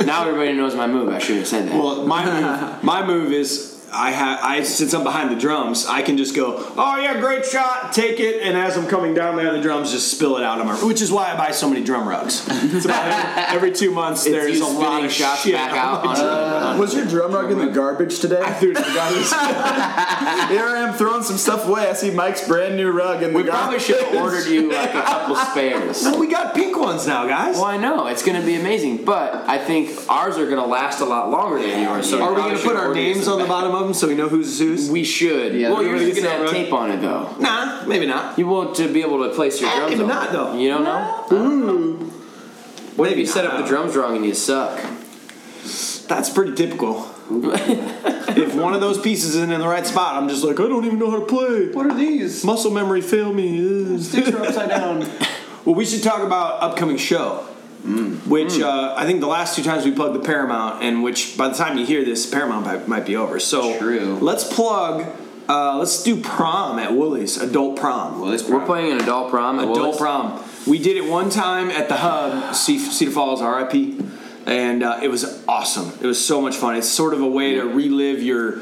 [SPEAKER 1] now everybody knows my move. I shouldn't have said that.
[SPEAKER 3] Well, my move, my move is I have I since I'm behind the drums, I can just go, oh yeah, great shot, take it, and as I'm coming down there, the drums just spill it out of my. Which is why I buy so many drum rugs. It's about every, every two months
[SPEAKER 1] It's
[SPEAKER 3] there's
[SPEAKER 1] you
[SPEAKER 3] a lot
[SPEAKER 1] spitting
[SPEAKER 3] of
[SPEAKER 1] shots
[SPEAKER 3] shit
[SPEAKER 1] back
[SPEAKER 3] on
[SPEAKER 1] out
[SPEAKER 3] my
[SPEAKER 1] on
[SPEAKER 3] drum-
[SPEAKER 1] a-
[SPEAKER 2] Uh, Was your drum rug in the garbage today?
[SPEAKER 3] I threw it in the garbage.
[SPEAKER 2] Here I am throwing some stuff away. I see Mike's brand new rug in
[SPEAKER 1] We
[SPEAKER 2] the
[SPEAKER 1] probably
[SPEAKER 2] garbage.
[SPEAKER 1] should have ordered you like a couple spares.
[SPEAKER 3] we got pink ones now, guys.
[SPEAKER 1] Well, I know it's going to be amazing, but I think ours are going to last a lot longer than yours. So
[SPEAKER 3] Are we
[SPEAKER 1] probably
[SPEAKER 3] gonna
[SPEAKER 1] should
[SPEAKER 3] put our
[SPEAKER 1] order you
[SPEAKER 3] names
[SPEAKER 1] some
[SPEAKER 3] on the
[SPEAKER 1] back.
[SPEAKER 3] bottom of them so we know who's who's?
[SPEAKER 1] We should.
[SPEAKER 4] Yeah,
[SPEAKER 1] well,
[SPEAKER 4] we're
[SPEAKER 1] you're
[SPEAKER 3] gonna
[SPEAKER 1] just
[SPEAKER 3] get
[SPEAKER 1] gonna
[SPEAKER 3] that
[SPEAKER 1] have
[SPEAKER 3] right.
[SPEAKER 1] tape on it though.
[SPEAKER 3] Nah, maybe not.
[SPEAKER 1] You won't uh, be able to place your
[SPEAKER 3] Ah,
[SPEAKER 1] drums.
[SPEAKER 3] maybe
[SPEAKER 1] on
[SPEAKER 3] not,
[SPEAKER 1] it.
[SPEAKER 3] though.
[SPEAKER 1] You don't know. Mmm. What if you set up
[SPEAKER 3] not.
[SPEAKER 1] the drums wrong and you suck?
[SPEAKER 3] That's pretty typical. if one of those pieces isn't in the right spot, I'm just like, I don't even know how to play.
[SPEAKER 4] What are these?
[SPEAKER 3] Muscle memory failed me.
[SPEAKER 4] Sticks are upside down.
[SPEAKER 3] Well, we should talk about upcoming show,
[SPEAKER 1] Mm.
[SPEAKER 3] which Uh, I think the last two times we plugged the Paramount, and which by the time you hear this, Paramount might, might be over. So
[SPEAKER 4] True.
[SPEAKER 3] let's plug. Uh, let's do prom at Woolies, adult prom.
[SPEAKER 4] Well, this
[SPEAKER 1] We're playing an adult prom. At
[SPEAKER 3] Adult
[SPEAKER 1] Willis.
[SPEAKER 3] prom. We did it one time at the Hub, Ce- Cedar Falls, RIP, and uh, it was awesome. It was so much fun. It's sort of a way to relive your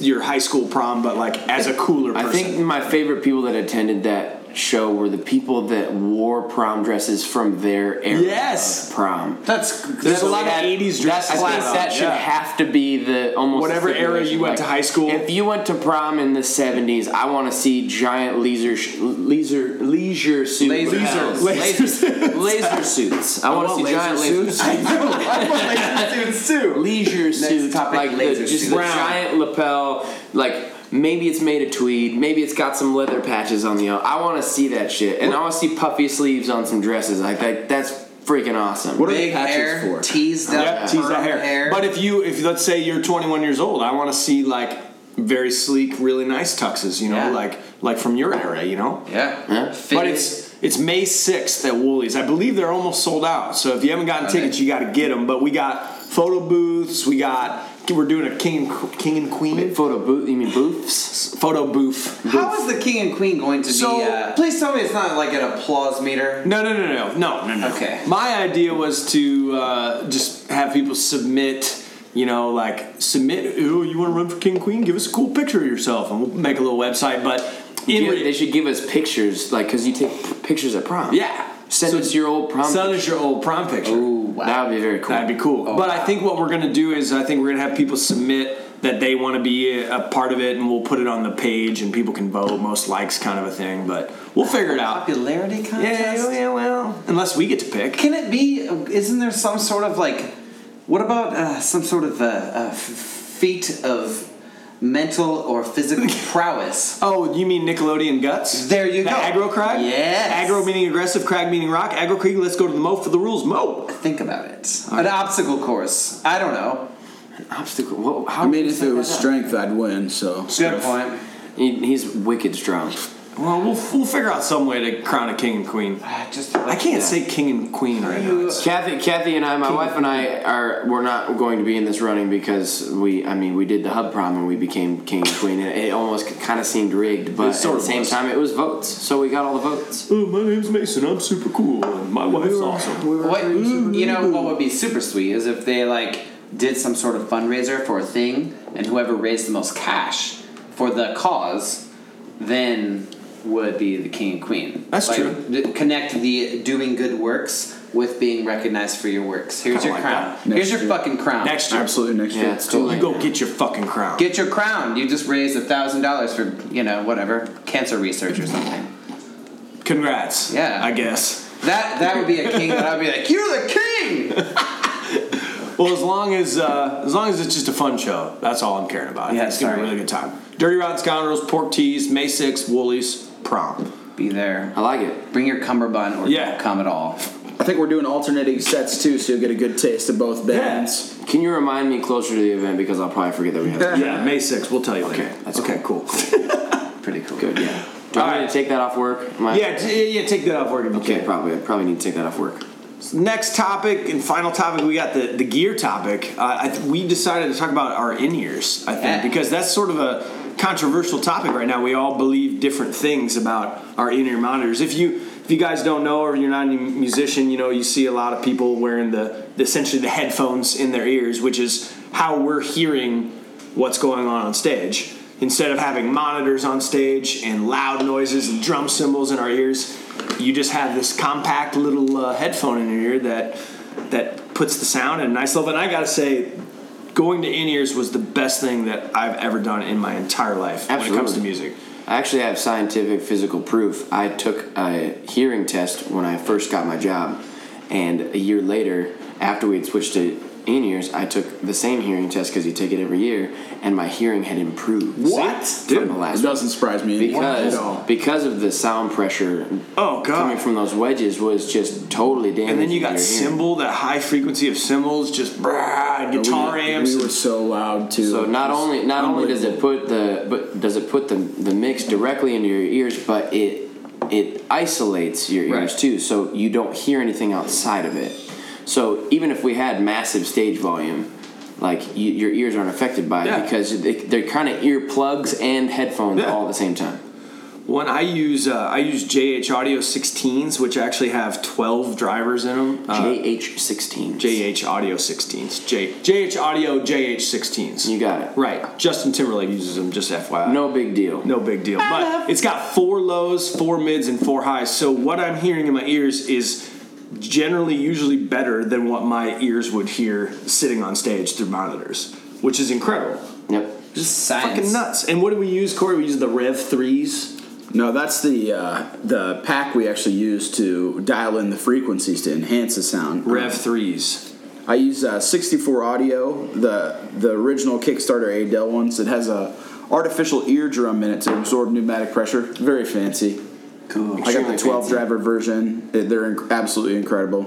[SPEAKER 3] your high school prom, but like as a cooler person.
[SPEAKER 1] I think my favorite people that attended that show were the people that wore prom dresses from their era
[SPEAKER 3] Yes.
[SPEAKER 1] of prom.
[SPEAKER 4] That's
[SPEAKER 3] There's
[SPEAKER 1] So
[SPEAKER 3] a lot
[SPEAKER 1] we
[SPEAKER 3] of
[SPEAKER 1] had-
[SPEAKER 3] 80s
[SPEAKER 1] that-
[SPEAKER 3] dress
[SPEAKER 1] I think
[SPEAKER 3] class.
[SPEAKER 1] that should
[SPEAKER 3] Yeah.
[SPEAKER 1] have to be the almost
[SPEAKER 3] Whatever
[SPEAKER 1] the
[SPEAKER 3] era
[SPEAKER 1] stipulation.
[SPEAKER 3] you went to high school.
[SPEAKER 1] If you went to prom in the seventies, I want to see giant leisure, sh- leisure, leisure suits.
[SPEAKER 4] Laser suits.
[SPEAKER 1] laser,
[SPEAKER 3] Laser
[SPEAKER 1] laser suits. I, want to see giant laser suits. Leisure suits,
[SPEAKER 4] topic,
[SPEAKER 1] like the,
[SPEAKER 4] laser
[SPEAKER 1] just
[SPEAKER 4] suits.
[SPEAKER 1] the
[SPEAKER 3] Brown.
[SPEAKER 1] giant lapel, like. Maybe it's made of tweed. Maybe it's got some leather patches on the. I want to see that shit, and I want to see puffy sleeves on some dresses. Like that. That's freaking awesome.
[SPEAKER 2] What are
[SPEAKER 4] Big
[SPEAKER 2] the patches
[SPEAKER 4] hair,
[SPEAKER 2] for?
[SPEAKER 4] teased out,
[SPEAKER 3] Yep, tease that
[SPEAKER 4] perm
[SPEAKER 3] hair. But if you, if let's say you're 21 years old, I want to see like very sleek, really nice tuxes. You know,
[SPEAKER 4] Yeah.
[SPEAKER 3] like like from your era. You know.
[SPEAKER 4] yeah,
[SPEAKER 3] But
[SPEAKER 4] Fitted.
[SPEAKER 3] it's it's May 6th at Woolies. I believe they're almost sold out. So if you haven't gotten
[SPEAKER 4] Are
[SPEAKER 3] tickets,
[SPEAKER 4] they?
[SPEAKER 3] you got to get them. But we got photo booths. We got we're doing a king and- king and queen
[SPEAKER 1] Photo booth? You mean booths?
[SPEAKER 3] photo booth.
[SPEAKER 4] How is the king and queen going to
[SPEAKER 3] So-
[SPEAKER 4] be? Uh, please tell me it's not like an applause meter.
[SPEAKER 3] No, no, no, no, no, no, no.
[SPEAKER 4] Okay.
[SPEAKER 3] My idea was to uh, just have people submit. You know, like submit. Oh, you want to run for king and queen? Give us a cool picture of yourself, and we'll make a little website. But in
[SPEAKER 1] Yeah,
[SPEAKER 3] re-
[SPEAKER 1] they should give us pictures, like, because you take p- pictures at prom.
[SPEAKER 3] yeah,
[SPEAKER 1] Send us your old prom.
[SPEAKER 3] Send us your old prom picture.
[SPEAKER 1] That would be very cool.
[SPEAKER 3] That'd be cool.
[SPEAKER 4] Oh,
[SPEAKER 3] but I
[SPEAKER 4] wow.
[SPEAKER 3] think what we're gonna do is I think we're gonna have people submit that they want to be a, a part of it, and we'll put it on the page, and people can vote, most likes, kind of a thing. But we'll figure it out. Yeah,
[SPEAKER 4] Popularity contest.
[SPEAKER 3] yeah, yeah, well, unless we get to pick.
[SPEAKER 4] Can it be? Isn't there some sort of like? What about uh, some sort of uh, uh, f- feat of mental or physical prowess?
[SPEAKER 3] Oh, you mean Nickelodeon guts?
[SPEAKER 4] There you
[SPEAKER 3] the
[SPEAKER 4] go.
[SPEAKER 3] Aggro crag.
[SPEAKER 4] Yes.
[SPEAKER 3] Aggro meaning aggressive, crag meaning rock. Aggro creek. Let's go to the mo for the rules. Mo.
[SPEAKER 4] Think about it. An obstacle course. I don't know.
[SPEAKER 1] Obstacle. Whoa, how
[SPEAKER 2] I mean,
[SPEAKER 1] did
[SPEAKER 2] if
[SPEAKER 1] you
[SPEAKER 2] it
[SPEAKER 1] set
[SPEAKER 2] was
[SPEAKER 1] that up?
[SPEAKER 2] strength, I'd win. So
[SPEAKER 4] Good point.
[SPEAKER 1] He, he's wicked strong.
[SPEAKER 3] Well, we'll we'll figure out some way to crown a king and queen.
[SPEAKER 4] Ah, Just
[SPEAKER 3] I can't say king and queen right now. It's-
[SPEAKER 1] Kathy, Kathy, and I, my wife and I are we're not going to be in this running because we, I mean, we did the hub prom and we became king and queen. It, it almost kind of seemed rigged, but
[SPEAKER 3] It
[SPEAKER 1] at the
[SPEAKER 3] sort of
[SPEAKER 1] same
[SPEAKER 3] was.
[SPEAKER 1] time, it was votes, so we got all the votes.
[SPEAKER 3] Oh, my name's Mason. I'm super cool, and my wife's awesome.
[SPEAKER 4] What you know? What would be super sweet is if they like did some sort of fundraiser for a thing, and whoever raised the most cash for the cause, then would be the king and queen.
[SPEAKER 3] That's
[SPEAKER 4] Like,
[SPEAKER 3] true.
[SPEAKER 4] d- Connect the doing good works with being recognized for your works. Here's
[SPEAKER 3] Kinda
[SPEAKER 4] your
[SPEAKER 3] like
[SPEAKER 4] crown.
[SPEAKER 3] that.
[SPEAKER 4] Here's
[SPEAKER 2] Next
[SPEAKER 4] your
[SPEAKER 2] year.
[SPEAKER 4] fucking crown.
[SPEAKER 3] Next year,
[SPEAKER 2] absolutely next
[SPEAKER 1] Yeah,
[SPEAKER 2] year.
[SPEAKER 1] it's too
[SPEAKER 3] you
[SPEAKER 1] late.
[SPEAKER 3] go get your fucking crown.
[SPEAKER 4] Get your crown. You just raised a thousand dollars for you know whatever cancer research or something.
[SPEAKER 3] Congrats.
[SPEAKER 4] Yeah.
[SPEAKER 3] I guess.
[SPEAKER 4] That that would be a king that I'd be like, you're the king.
[SPEAKER 3] Well, as long as uh, as long as it's just a fun show, that's all I'm caring about. I think
[SPEAKER 4] Yeah,
[SPEAKER 3] it's gonna be a
[SPEAKER 4] sorry.
[SPEAKER 3] really good time. Dirty Rotten Scoundrels, Pork Tees, May 6th, Woolies, prom.
[SPEAKER 4] Be there.
[SPEAKER 1] I like it.
[SPEAKER 4] Bring your cummerbund or
[SPEAKER 3] Yeah.
[SPEAKER 4] don't come at all.
[SPEAKER 2] I think we're doing alternating sets too, so you'll get a good taste of both bands.
[SPEAKER 1] Can you remind me closer to the event because I'll probably forget that we have.
[SPEAKER 3] Yeah, May 6th. We'll tell you later.
[SPEAKER 1] Okay, that's
[SPEAKER 3] okay, cool.
[SPEAKER 4] Pretty cool.
[SPEAKER 1] Good, yeah. Do I
[SPEAKER 3] All
[SPEAKER 1] need
[SPEAKER 3] right.
[SPEAKER 1] to take that off work? Am I-
[SPEAKER 3] yeah, t- yeah, take that off work if you
[SPEAKER 1] Okay,
[SPEAKER 3] can.
[SPEAKER 1] probably. I probably need to take that off work.
[SPEAKER 3] Next topic and final topic, we got the, the gear topic. Uh, I th- we decided to talk about our in ears, I think,
[SPEAKER 4] Yeah.
[SPEAKER 3] because that's sort of a controversial topic right now. We all believe different things about our in ear monitors. If you if you guys don't know or you're not a musician, you know you see a lot of people wearing the essentially the headphones in their ears, which is how we're hearing what's going on on stage. Instead of having monitors on stage and loud noises and drum cymbals in our ears, you just have this compact little uh, headphone in your ear that that puts the sound at a nice level. And I gotta say, going to in ears was the best thing that I've ever done in my entire life when it comes to
[SPEAKER 1] Absolutely.
[SPEAKER 3] music.
[SPEAKER 1] I actually have scientific physical proof. I took a hearing test when I first got my job, and a year later, after we had switched to in ears, I took the same hearing test because you take it every year, and my hearing had improved.
[SPEAKER 3] What?
[SPEAKER 1] See? From the
[SPEAKER 2] It
[SPEAKER 1] last one.
[SPEAKER 2] doesn't surprise me at
[SPEAKER 1] Because
[SPEAKER 2] all.
[SPEAKER 1] because of the sound pressure
[SPEAKER 3] Oh
[SPEAKER 1] coming
[SPEAKER 3] god!
[SPEAKER 1] from those wedges was just totally damaging.
[SPEAKER 3] and then you got
[SPEAKER 1] your hearing.
[SPEAKER 3] cymbal, that high frequency of cymbals, just brah, and guitar
[SPEAKER 2] we,
[SPEAKER 3] amps.
[SPEAKER 2] We were so loud too.
[SPEAKER 1] So not
[SPEAKER 2] It was
[SPEAKER 1] only not only does it put the but does it put the the mix directly into your ears, but it it isolates your ears
[SPEAKER 4] Right.
[SPEAKER 1] too, so you don't hear anything outside of it. So even if we had massive stage volume, like you, your ears aren't affected by it
[SPEAKER 3] Yeah.
[SPEAKER 1] because they, they're kind of earplugs and headphones
[SPEAKER 3] Yeah.
[SPEAKER 1] all at the same time.
[SPEAKER 3] One I use, uh, I use JH Audio 16s, which actually have 12 drivers in them. Uh,
[SPEAKER 1] JH sixteen.
[SPEAKER 3] JH Audio 16s, J, JH Audio JH 16s.
[SPEAKER 1] You got it.
[SPEAKER 3] Right. Justin Timberlake uses them. Just FYI.
[SPEAKER 1] No big deal.
[SPEAKER 3] No big deal. But it's got four lows, four mids, and four highs. So what I'm hearing in my ears is generally usually better than what my ears would hear sitting on stage through monitors, which is incredible.
[SPEAKER 1] Yep.
[SPEAKER 4] Just science.
[SPEAKER 3] Fucking nuts. And what do we use, Corey? We use the Rev 3s.
[SPEAKER 2] No, that's the uh, the pack we actually use to dial in the frequencies to enhance the sound.
[SPEAKER 3] Rev 3s.
[SPEAKER 2] I use uh, 64 Audio, the the original Kickstarter Adele ones. It has a artificial eardrum in it to absorb pneumatic pressure. Very fancy.
[SPEAKER 4] Cool.
[SPEAKER 2] I got
[SPEAKER 1] Extremely
[SPEAKER 2] the 12
[SPEAKER 1] fancy.
[SPEAKER 2] driver version. It- They're inc- absolutely incredible.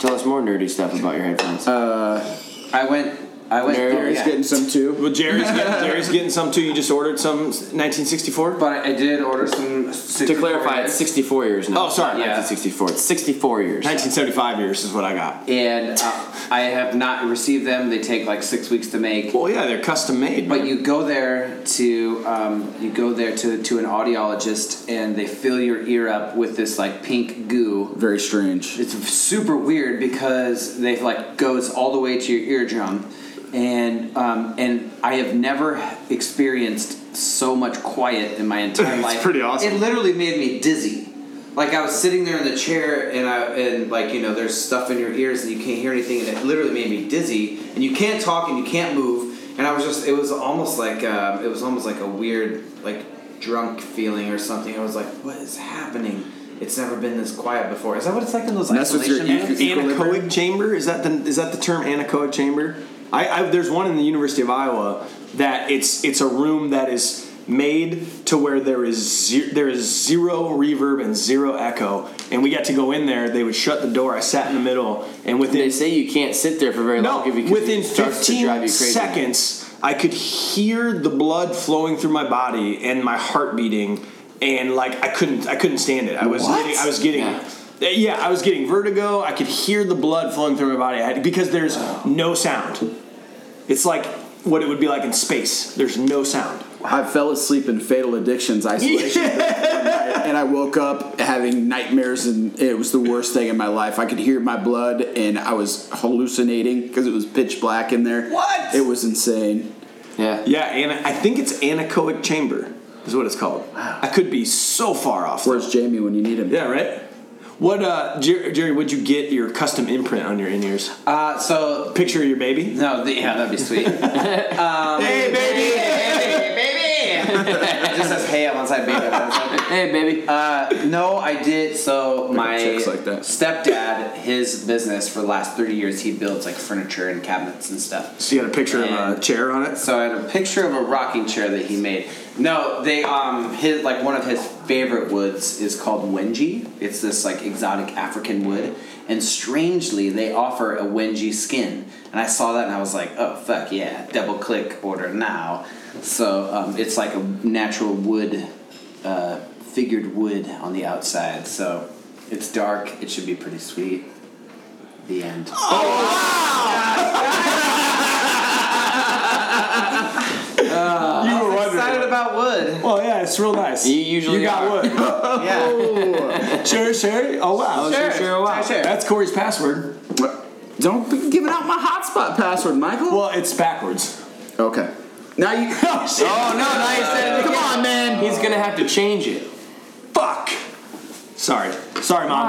[SPEAKER 1] Tell us more nerdy stuff about your headphones.
[SPEAKER 4] I went. I went.
[SPEAKER 1] Nerd.
[SPEAKER 4] oh,
[SPEAKER 2] Gary's
[SPEAKER 4] yeah.
[SPEAKER 2] getting some too.
[SPEAKER 3] Well, Jerry's getting, Jerry's getting some too. You just ordered some 1964.
[SPEAKER 4] But I did order some.
[SPEAKER 1] to clarify, it's 64 years now.
[SPEAKER 3] Oh, sorry.
[SPEAKER 1] Not
[SPEAKER 4] Yeah.
[SPEAKER 1] 1964. It's 64 years.
[SPEAKER 3] 1975 years is what I got.
[SPEAKER 4] and uh, I have not received them. They take like six weeks to make.
[SPEAKER 3] Well, yeah, they're custom made.
[SPEAKER 4] But you go there to um, you go there to, to an audiologist, and they fill your ear up with this like pink goo.
[SPEAKER 2] Very strange.
[SPEAKER 4] It's super weird because they like goes all the way to your eardrum, and um, and I have never experienced so much quiet in my entire
[SPEAKER 3] It's
[SPEAKER 4] life.
[SPEAKER 3] pretty awesome.
[SPEAKER 4] It literally made me dizzy. Like I was sitting there in the chair, and I and like you know, there's stuff in your ears, and you can't hear anything, and it literally made me dizzy. And you can't talk, and you can't move. And I was just, it was almost like um, it was almost like a weird like drunk feeling or something. I was like, what is happening? It's never been this quiet before. Is that what it's like in those
[SPEAKER 2] And that's what's your
[SPEAKER 4] isolation?
[SPEAKER 2] ear-
[SPEAKER 4] rooms?
[SPEAKER 2] Equilibrium?
[SPEAKER 3] Anechoic chamber is that the is that the term anechoic chamber? I, I there's one in the University of Iowa that it's it's a room that is made to where there is ze- there is zero reverb and zero echo, and we got to go in there. They would shut the door. I sat in the middle, and within
[SPEAKER 1] They say you can't sit there for very
[SPEAKER 3] no,
[SPEAKER 1] long because
[SPEAKER 3] within
[SPEAKER 1] it starts to drive you
[SPEAKER 3] 15
[SPEAKER 1] crazy.
[SPEAKER 3] seconds, I could hear the blood flowing through my body and my heart beating, and like I couldn't, I couldn't stand it. I was,
[SPEAKER 4] What?
[SPEAKER 3] getting, I was getting.
[SPEAKER 1] Yeah.
[SPEAKER 3] Yeah. I was getting vertigo. I could hear the blood flowing through my body I had, because there's no sound. It's like what it would be like in space. There's no sound.
[SPEAKER 2] I fell asleep in Fatal Addictions isolation, and I woke up having nightmares, and it was the worst thing in my life. I could hear my blood, and I was hallucinating because it was pitch black in there.
[SPEAKER 3] What?
[SPEAKER 2] It was insane.
[SPEAKER 1] Yeah.
[SPEAKER 3] Yeah, and I think it's anechoic chamber is what it's called. I could be so far off.
[SPEAKER 2] Where's Jamie when you need him?
[SPEAKER 3] Yeah, right. What uh, Jer- Jerry? Would you get your custom imprint on your in ears?
[SPEAKER 4] Uh, so
[SPEAKER 3] Picture of your baby.
[SPEAKER 4] no, the, yeah, that'd be sweet.
[SPEAKER 1] Um,
[SPEAKER 3] Hey, baby.
[SPEAKER 4] hey, baby, baby. it just says hey on one side, baby on the other side.
[SPEAKER 1] Hey, baby.
[SPEAKER 4] Uh, no, I did. So my
[SPEAKER 2] chicks like that.
[SPEAKER 4] stepdad, his business for the last thirty years, he builds like furniture and cabinets and stuff.
[SPEAKER 3] So you got a picture of a
[SPEAKER 4] And-
[SPEAKER 3] chair on it.
[SPEAKER 4] So I had a picture of a rocking chair that he made. No, they um his like one of his favorite woods is called wenji. It's this like exotic African wood, and strangely they offer a wenji skin. And I saw that and I was like, oh fuck yeah, double click order now. So um, it's like a natural wood, uh, figured wood on the outside. So it's dark. It should be pretty sweet. The end.
[SPEAKER 3] you were
[SPEAKER 4] Excited about wood.
[SPEAKER 3] Oh yeah, it's real nice.
[SPEAKER 1] You usually
[SPEAKER 3] you got
[SPEAKER 1] are.
[SPEAKER 3] wood.
[SPEAKER 4] Yeah.
[SPEAKER 3] sure, sure. Oh wow.
[SPEAKER 1] Sure, sure, wow.
[SPEAKER 4] Sure.
[SPEAKER 3] That's Corey's password.
[SPEAKER 2] Don't be giving out my hotspot password, Michael.
[SPEAKER 3] Well, it's backwards.
[SPEAKER 2] okay. Now you.
[SPEAKER 3] Oh shit.
[SPEAKER 1] Oh, no, now you said it
[SPEAKER 2] Come
[SPEAKER 1] again.
[SPEAKER 2] on, man.
[SPEAKER 1] He's going to have to change it.
[SPEAKER 3] Fuck. Sorry. Sorry, mom.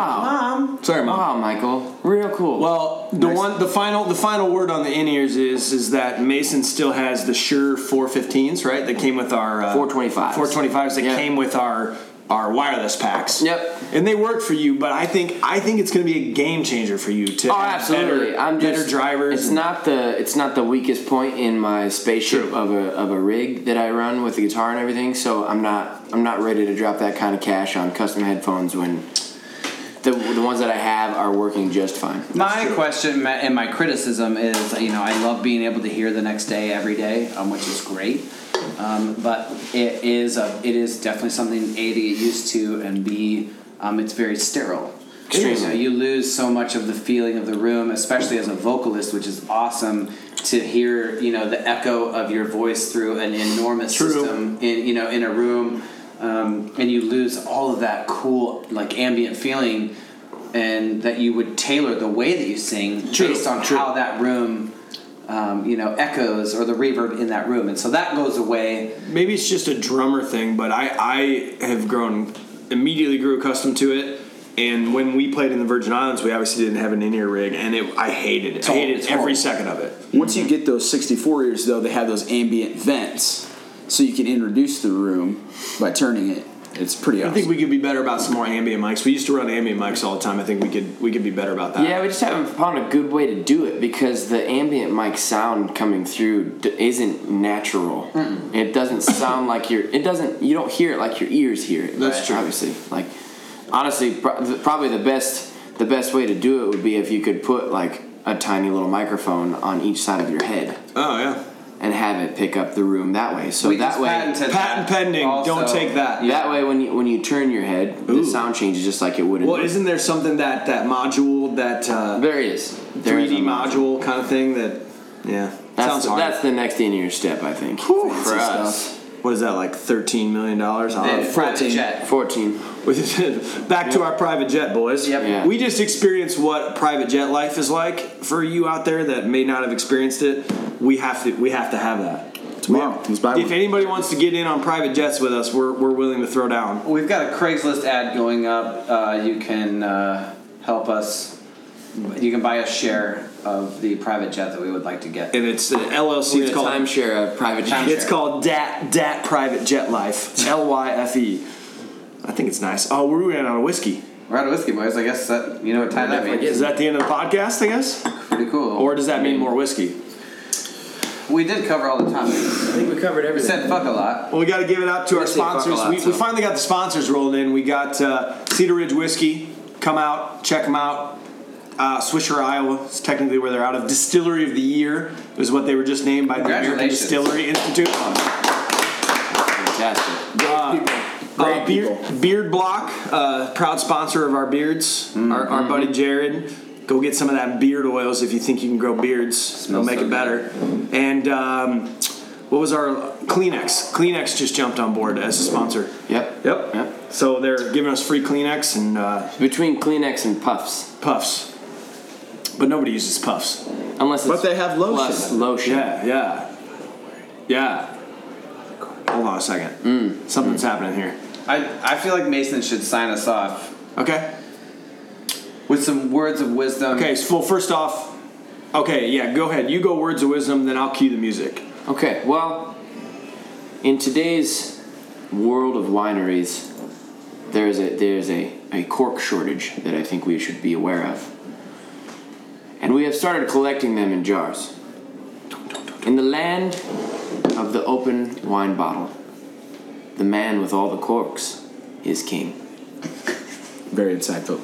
[SPEAKER 1] Mom.
[SPEAKER 3] Sorry, mom.
[SPEAKER 1] Wow, Oh, Michael. Real cool.
[SPEAKER 3] Well, the one, the final, the final word on the in ears is is that Mason still has the Sure 415s, right? That came with our uh,
[SPEAKER 1] 425s.
[SPEAKER 3] 425s that
[SPEAKER 1] Yeah.
[SPEAKER 3] came with our our wireless packs.
[SPEAKER 1] Yep.
[SPEAKER 3] And they work for you, but I think I think it's going to be a game changer for you to
[SPEAKER 1] Oh,
[SPEAKER 3] have
[SPEAKER 1] absolutely!
[SPEAKER 3] better,
[SPEAKER 1] I'm just
[SPEAKER 3] better drivers.
[SPEAKER 1] It's
[SPEAKER 3] and-
[SPEAKER 1] not the it's not the weakest point in my spaceship
[SPEAKER 3] True.
[SPEAKER 1] of a of a rig that I run with the guitar and everything. So I'm not I'm not ready to drop that kind of cash on custom headphones when the the ones that I have are working just fine.
[SPEAKER 4] My question ma- and my criticism is, you know, I love being able to hear the next day every day, um, which is great. Um, but it is a, it is definitely something a to get used to, and b um, it's very sterile.
[SPEAKER 1] Extremely.
[SPEAKER 4] So you lose so much of the feeling of the room, especially as a vocalist, which is awesome to hear. You know, the echo of your voice through an enormous
[SPEAKER 3] True.
[SPEAKER 4] system in you know in a room, um, and you lose all of that cool like ambient feeling and that you would tailor the way that you sing
[SPEAKER 3] True,
[SPEAKER 4] based on
[SPEAKER 3] true.
[SPEAKER 4] how that room um, you know echoes or the reverb in that room and so that goes away
[SPEAKER 3] maybe it's just a drummer thing, but I, I have grown immediately grew accustomed to it. And when we played in the Virgin Islands, we obviously didn't have an in ear rig, and it, I hated it. I
[SPEAKER 4] horrible.
[SPEAKER 3] hated
[SPEAKER 4] It's
[SPEAKER 3] every
[SPEAKER 4] horrible.
[SPEAKER 3] second of it.
[SPEAKER 2] Once you get those 64 ears, though, they have those ambient vents, so you can introduce the room by turning it. It's pretty
[SPEAKER 3] I think
[SPEAKER 2] awesome.
[SPEAKER 3] we could be better about some more ambient mics. We used to run ambient mics all the time. I think we could we could be better about that.
[SPEAKER 1] Yeah, we just haven't found a good way to do it because the ambient mic sound coming through d- isn't natural. It doesn't sound like your. It doesn't. You don't hear it like your ears hear it.
[SPEAKER 3] That's true.
[SPEAKER 1] Obviously, like honestly, pro- the- probably the best. the best way to do it would be if you could put like a tiny little microphone on each side of your head
[SPEAKER 3] Oh yeah.
[SPEAKER 1] and have it pick up the room that way. So
[SPEAKER 4] We
[SPEAKER 1] that
[SPEAKER 4] just
[SPEAKER 1] way,
[SPEAKER 4] patented that.
[SPEAKER 3] Patent pending.
[SPEAKER 4] Also-
[SPEAKER 3] Don't take that.
[SPEAKER 1] that way when you when you turn your head,
[SPEAKER 3] Ooh.
[SPEAKER 1] the sound changes just like it would. in-
[SPEAKER 3] Well, isn't there something that that module that uh,
[SPEAKER 1] there is There is
[SPEAKER 3] 3D
[SPEAKER 1] a
[SPEAKER 3] module kind of thing that? Yeah.
[SPEAKER 1] That's
[SPEAKER 3] Sounds
[SPEAKER 1] the,
[SPEAKER 3] hard.
[SPEAKER 1] that's the next in your step, I think.
[SPEAKER 3] Fancy
[SPEAKER 1] for
[SPEAKER 3] stuff.
[SPEAKER 1] us,
[SPEAKER 3] What is that like? Thirteen million dollars. Uh,
[SPEAKER 4] Hey, private jet.
[SPEAKER 1] fourteen.
[SPEAKER 3] Back to our private jet, boys.
[SPEAKER 4] Yep.
[SPEAKER 1] Yeah.
[SPEAKER 3] We just experienced what private jet life is like for you out there that may not have experienced it. We have to. We have to have that.
[SPEAKER 2] Tomorrow, let's buy
[SPEAKER 3] If
[SPEAKER 2] one.
[SPEAKER 3] anybody wants to get in on private jets with us, we're, we're willing to throw down.
[SPEAKER 4] We've got a Craigslist ad going up. Uh, you can uh, help us. You can buy a share of the private jet that we would like to get.
[SPEAKER 3] And it's uh, an LLC. It's
[SPEAKER 1] It's
[SPEAKER 3] called
[SPEAKER 1] timeshare a private jet.
[SPEAKER 3] It's called Dat Dat Private Jet Life. L Y F E. I think it's nice. Oh, we ran out of whiskey.
[SPEAKER 4] We're out of whiskey, boys. I guess that you know what time that means.
[SPEAKER 3] Is that the end of the podcast? I guess.
[SPEAKER 4] Pretty cool.
[SPEAKER 3] Or does that mean more whiskey?
[SPEAKER 4] we did cover all the topics.
[SPEAKER 1] I think we covered
[SPEAKER 4] We said fuck a lot.
[SPEAKER 3] Well, we got to give it up to our
[SPEAKER 1] say fuck a
[SPEAKER 3] sponsors.
[SPEAKER 1] lot,
[SPEAKER 3] we,
[SPEAKER 1] so.
[SPEAKER 3] we finally got the sponsors rolled in. We got uh, Cedar Ridge Whiskey. Come out, check them out. Uh, Swisher, Iowa is technically where they're out of. Distillery of the Year is what they were just named by the American
[SPEAKER 4] Congratulations.
[SPEAKER 3] Distillery Institute.
[SPEAKER 1] Fantastic.
[SPEAKER 3] Uh, beard, beard Block, uh, proud sponsor of our beards. Our, our buddy Jared. Go get some of that beard oils if you think you can grow beards. It'll
[SPEAKER 4] Smells
[SPEAKER 3] make
[SPEAKER 4] so
[SPEAKER 3] it better. And um, what was our Kleenex? Kleenex just jumped on board as a sponsor.
[SPEAKER 1] Yep.
[SPEAKER 3] Yep.
[SPEAKER 1] Yep.
[SPEAKER 3] So they're giving us free Kleenex and uh,
[SPEAKER 1] Between Kleenex and puffs,
[SPEAKER 3] puffs, but nobody uses puffs.
[SPEAKER 1] unless it's
[SPEAKER 2] But they have lotion.
[SPEAKER 1] plus lotion.
[SPEAKER 3] Yeah, yeah, yeah. Hold on a second. Something's happening here.
[SPEAKER 4] I, I feel like Mason should sign us off
[SPEAKER 3] Okay.
[SPEAKER 4] with some words of wisdom.
[SPEAKER 3] Okay. So, well, first off, okay, yeah. Go ahead. You go words of wisdom, then I'll cue the music.
[SPEAKER 1] Okay, well, in today's world of wineries, there's a there's a, a cork shortage that I think we should be aware of. And we have started collecting them in jars. In the land of the open wine bottle, the man with all the corks is king.
[SPEAKER 2] Very insightful.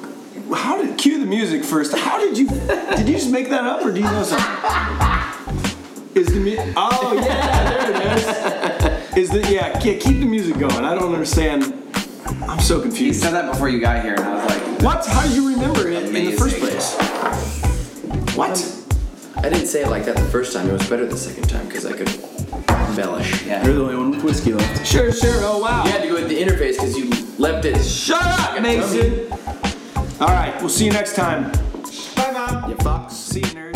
[SPEAKER 3] How did cue the music first? How did you? did you just make that up, or do you know something? Is the mu- oh yeah, there it is. Is the yeah, yeah keep the music going. I don't understand. I'm so
[SPEAKER 4] He
[SPEAKER 3] confused.
[SPEAKER 4] said that before you got here, and I was like,
[SPEAKER 3] What? How do you remember it in the first
[SPEAKER 4] Amazing.
[SPEAKER 3] place? What?
[SPEAKER 1] I didn't say it like that the first time. It was better the second time because I could embellish. You
[SPEAKER 2] You're the only one with whiskey left.
[SPEAKER 3] Sure, sure. Oh wow.
[SPEAKER 1] had to go with the interface because you left it.
[SPEAKER 3] Shut up, Mason. All right, we'll see you next time. Bye, mom.
[SPEAKER 2] You fox.
[SPEAKER 3] See you, nerd.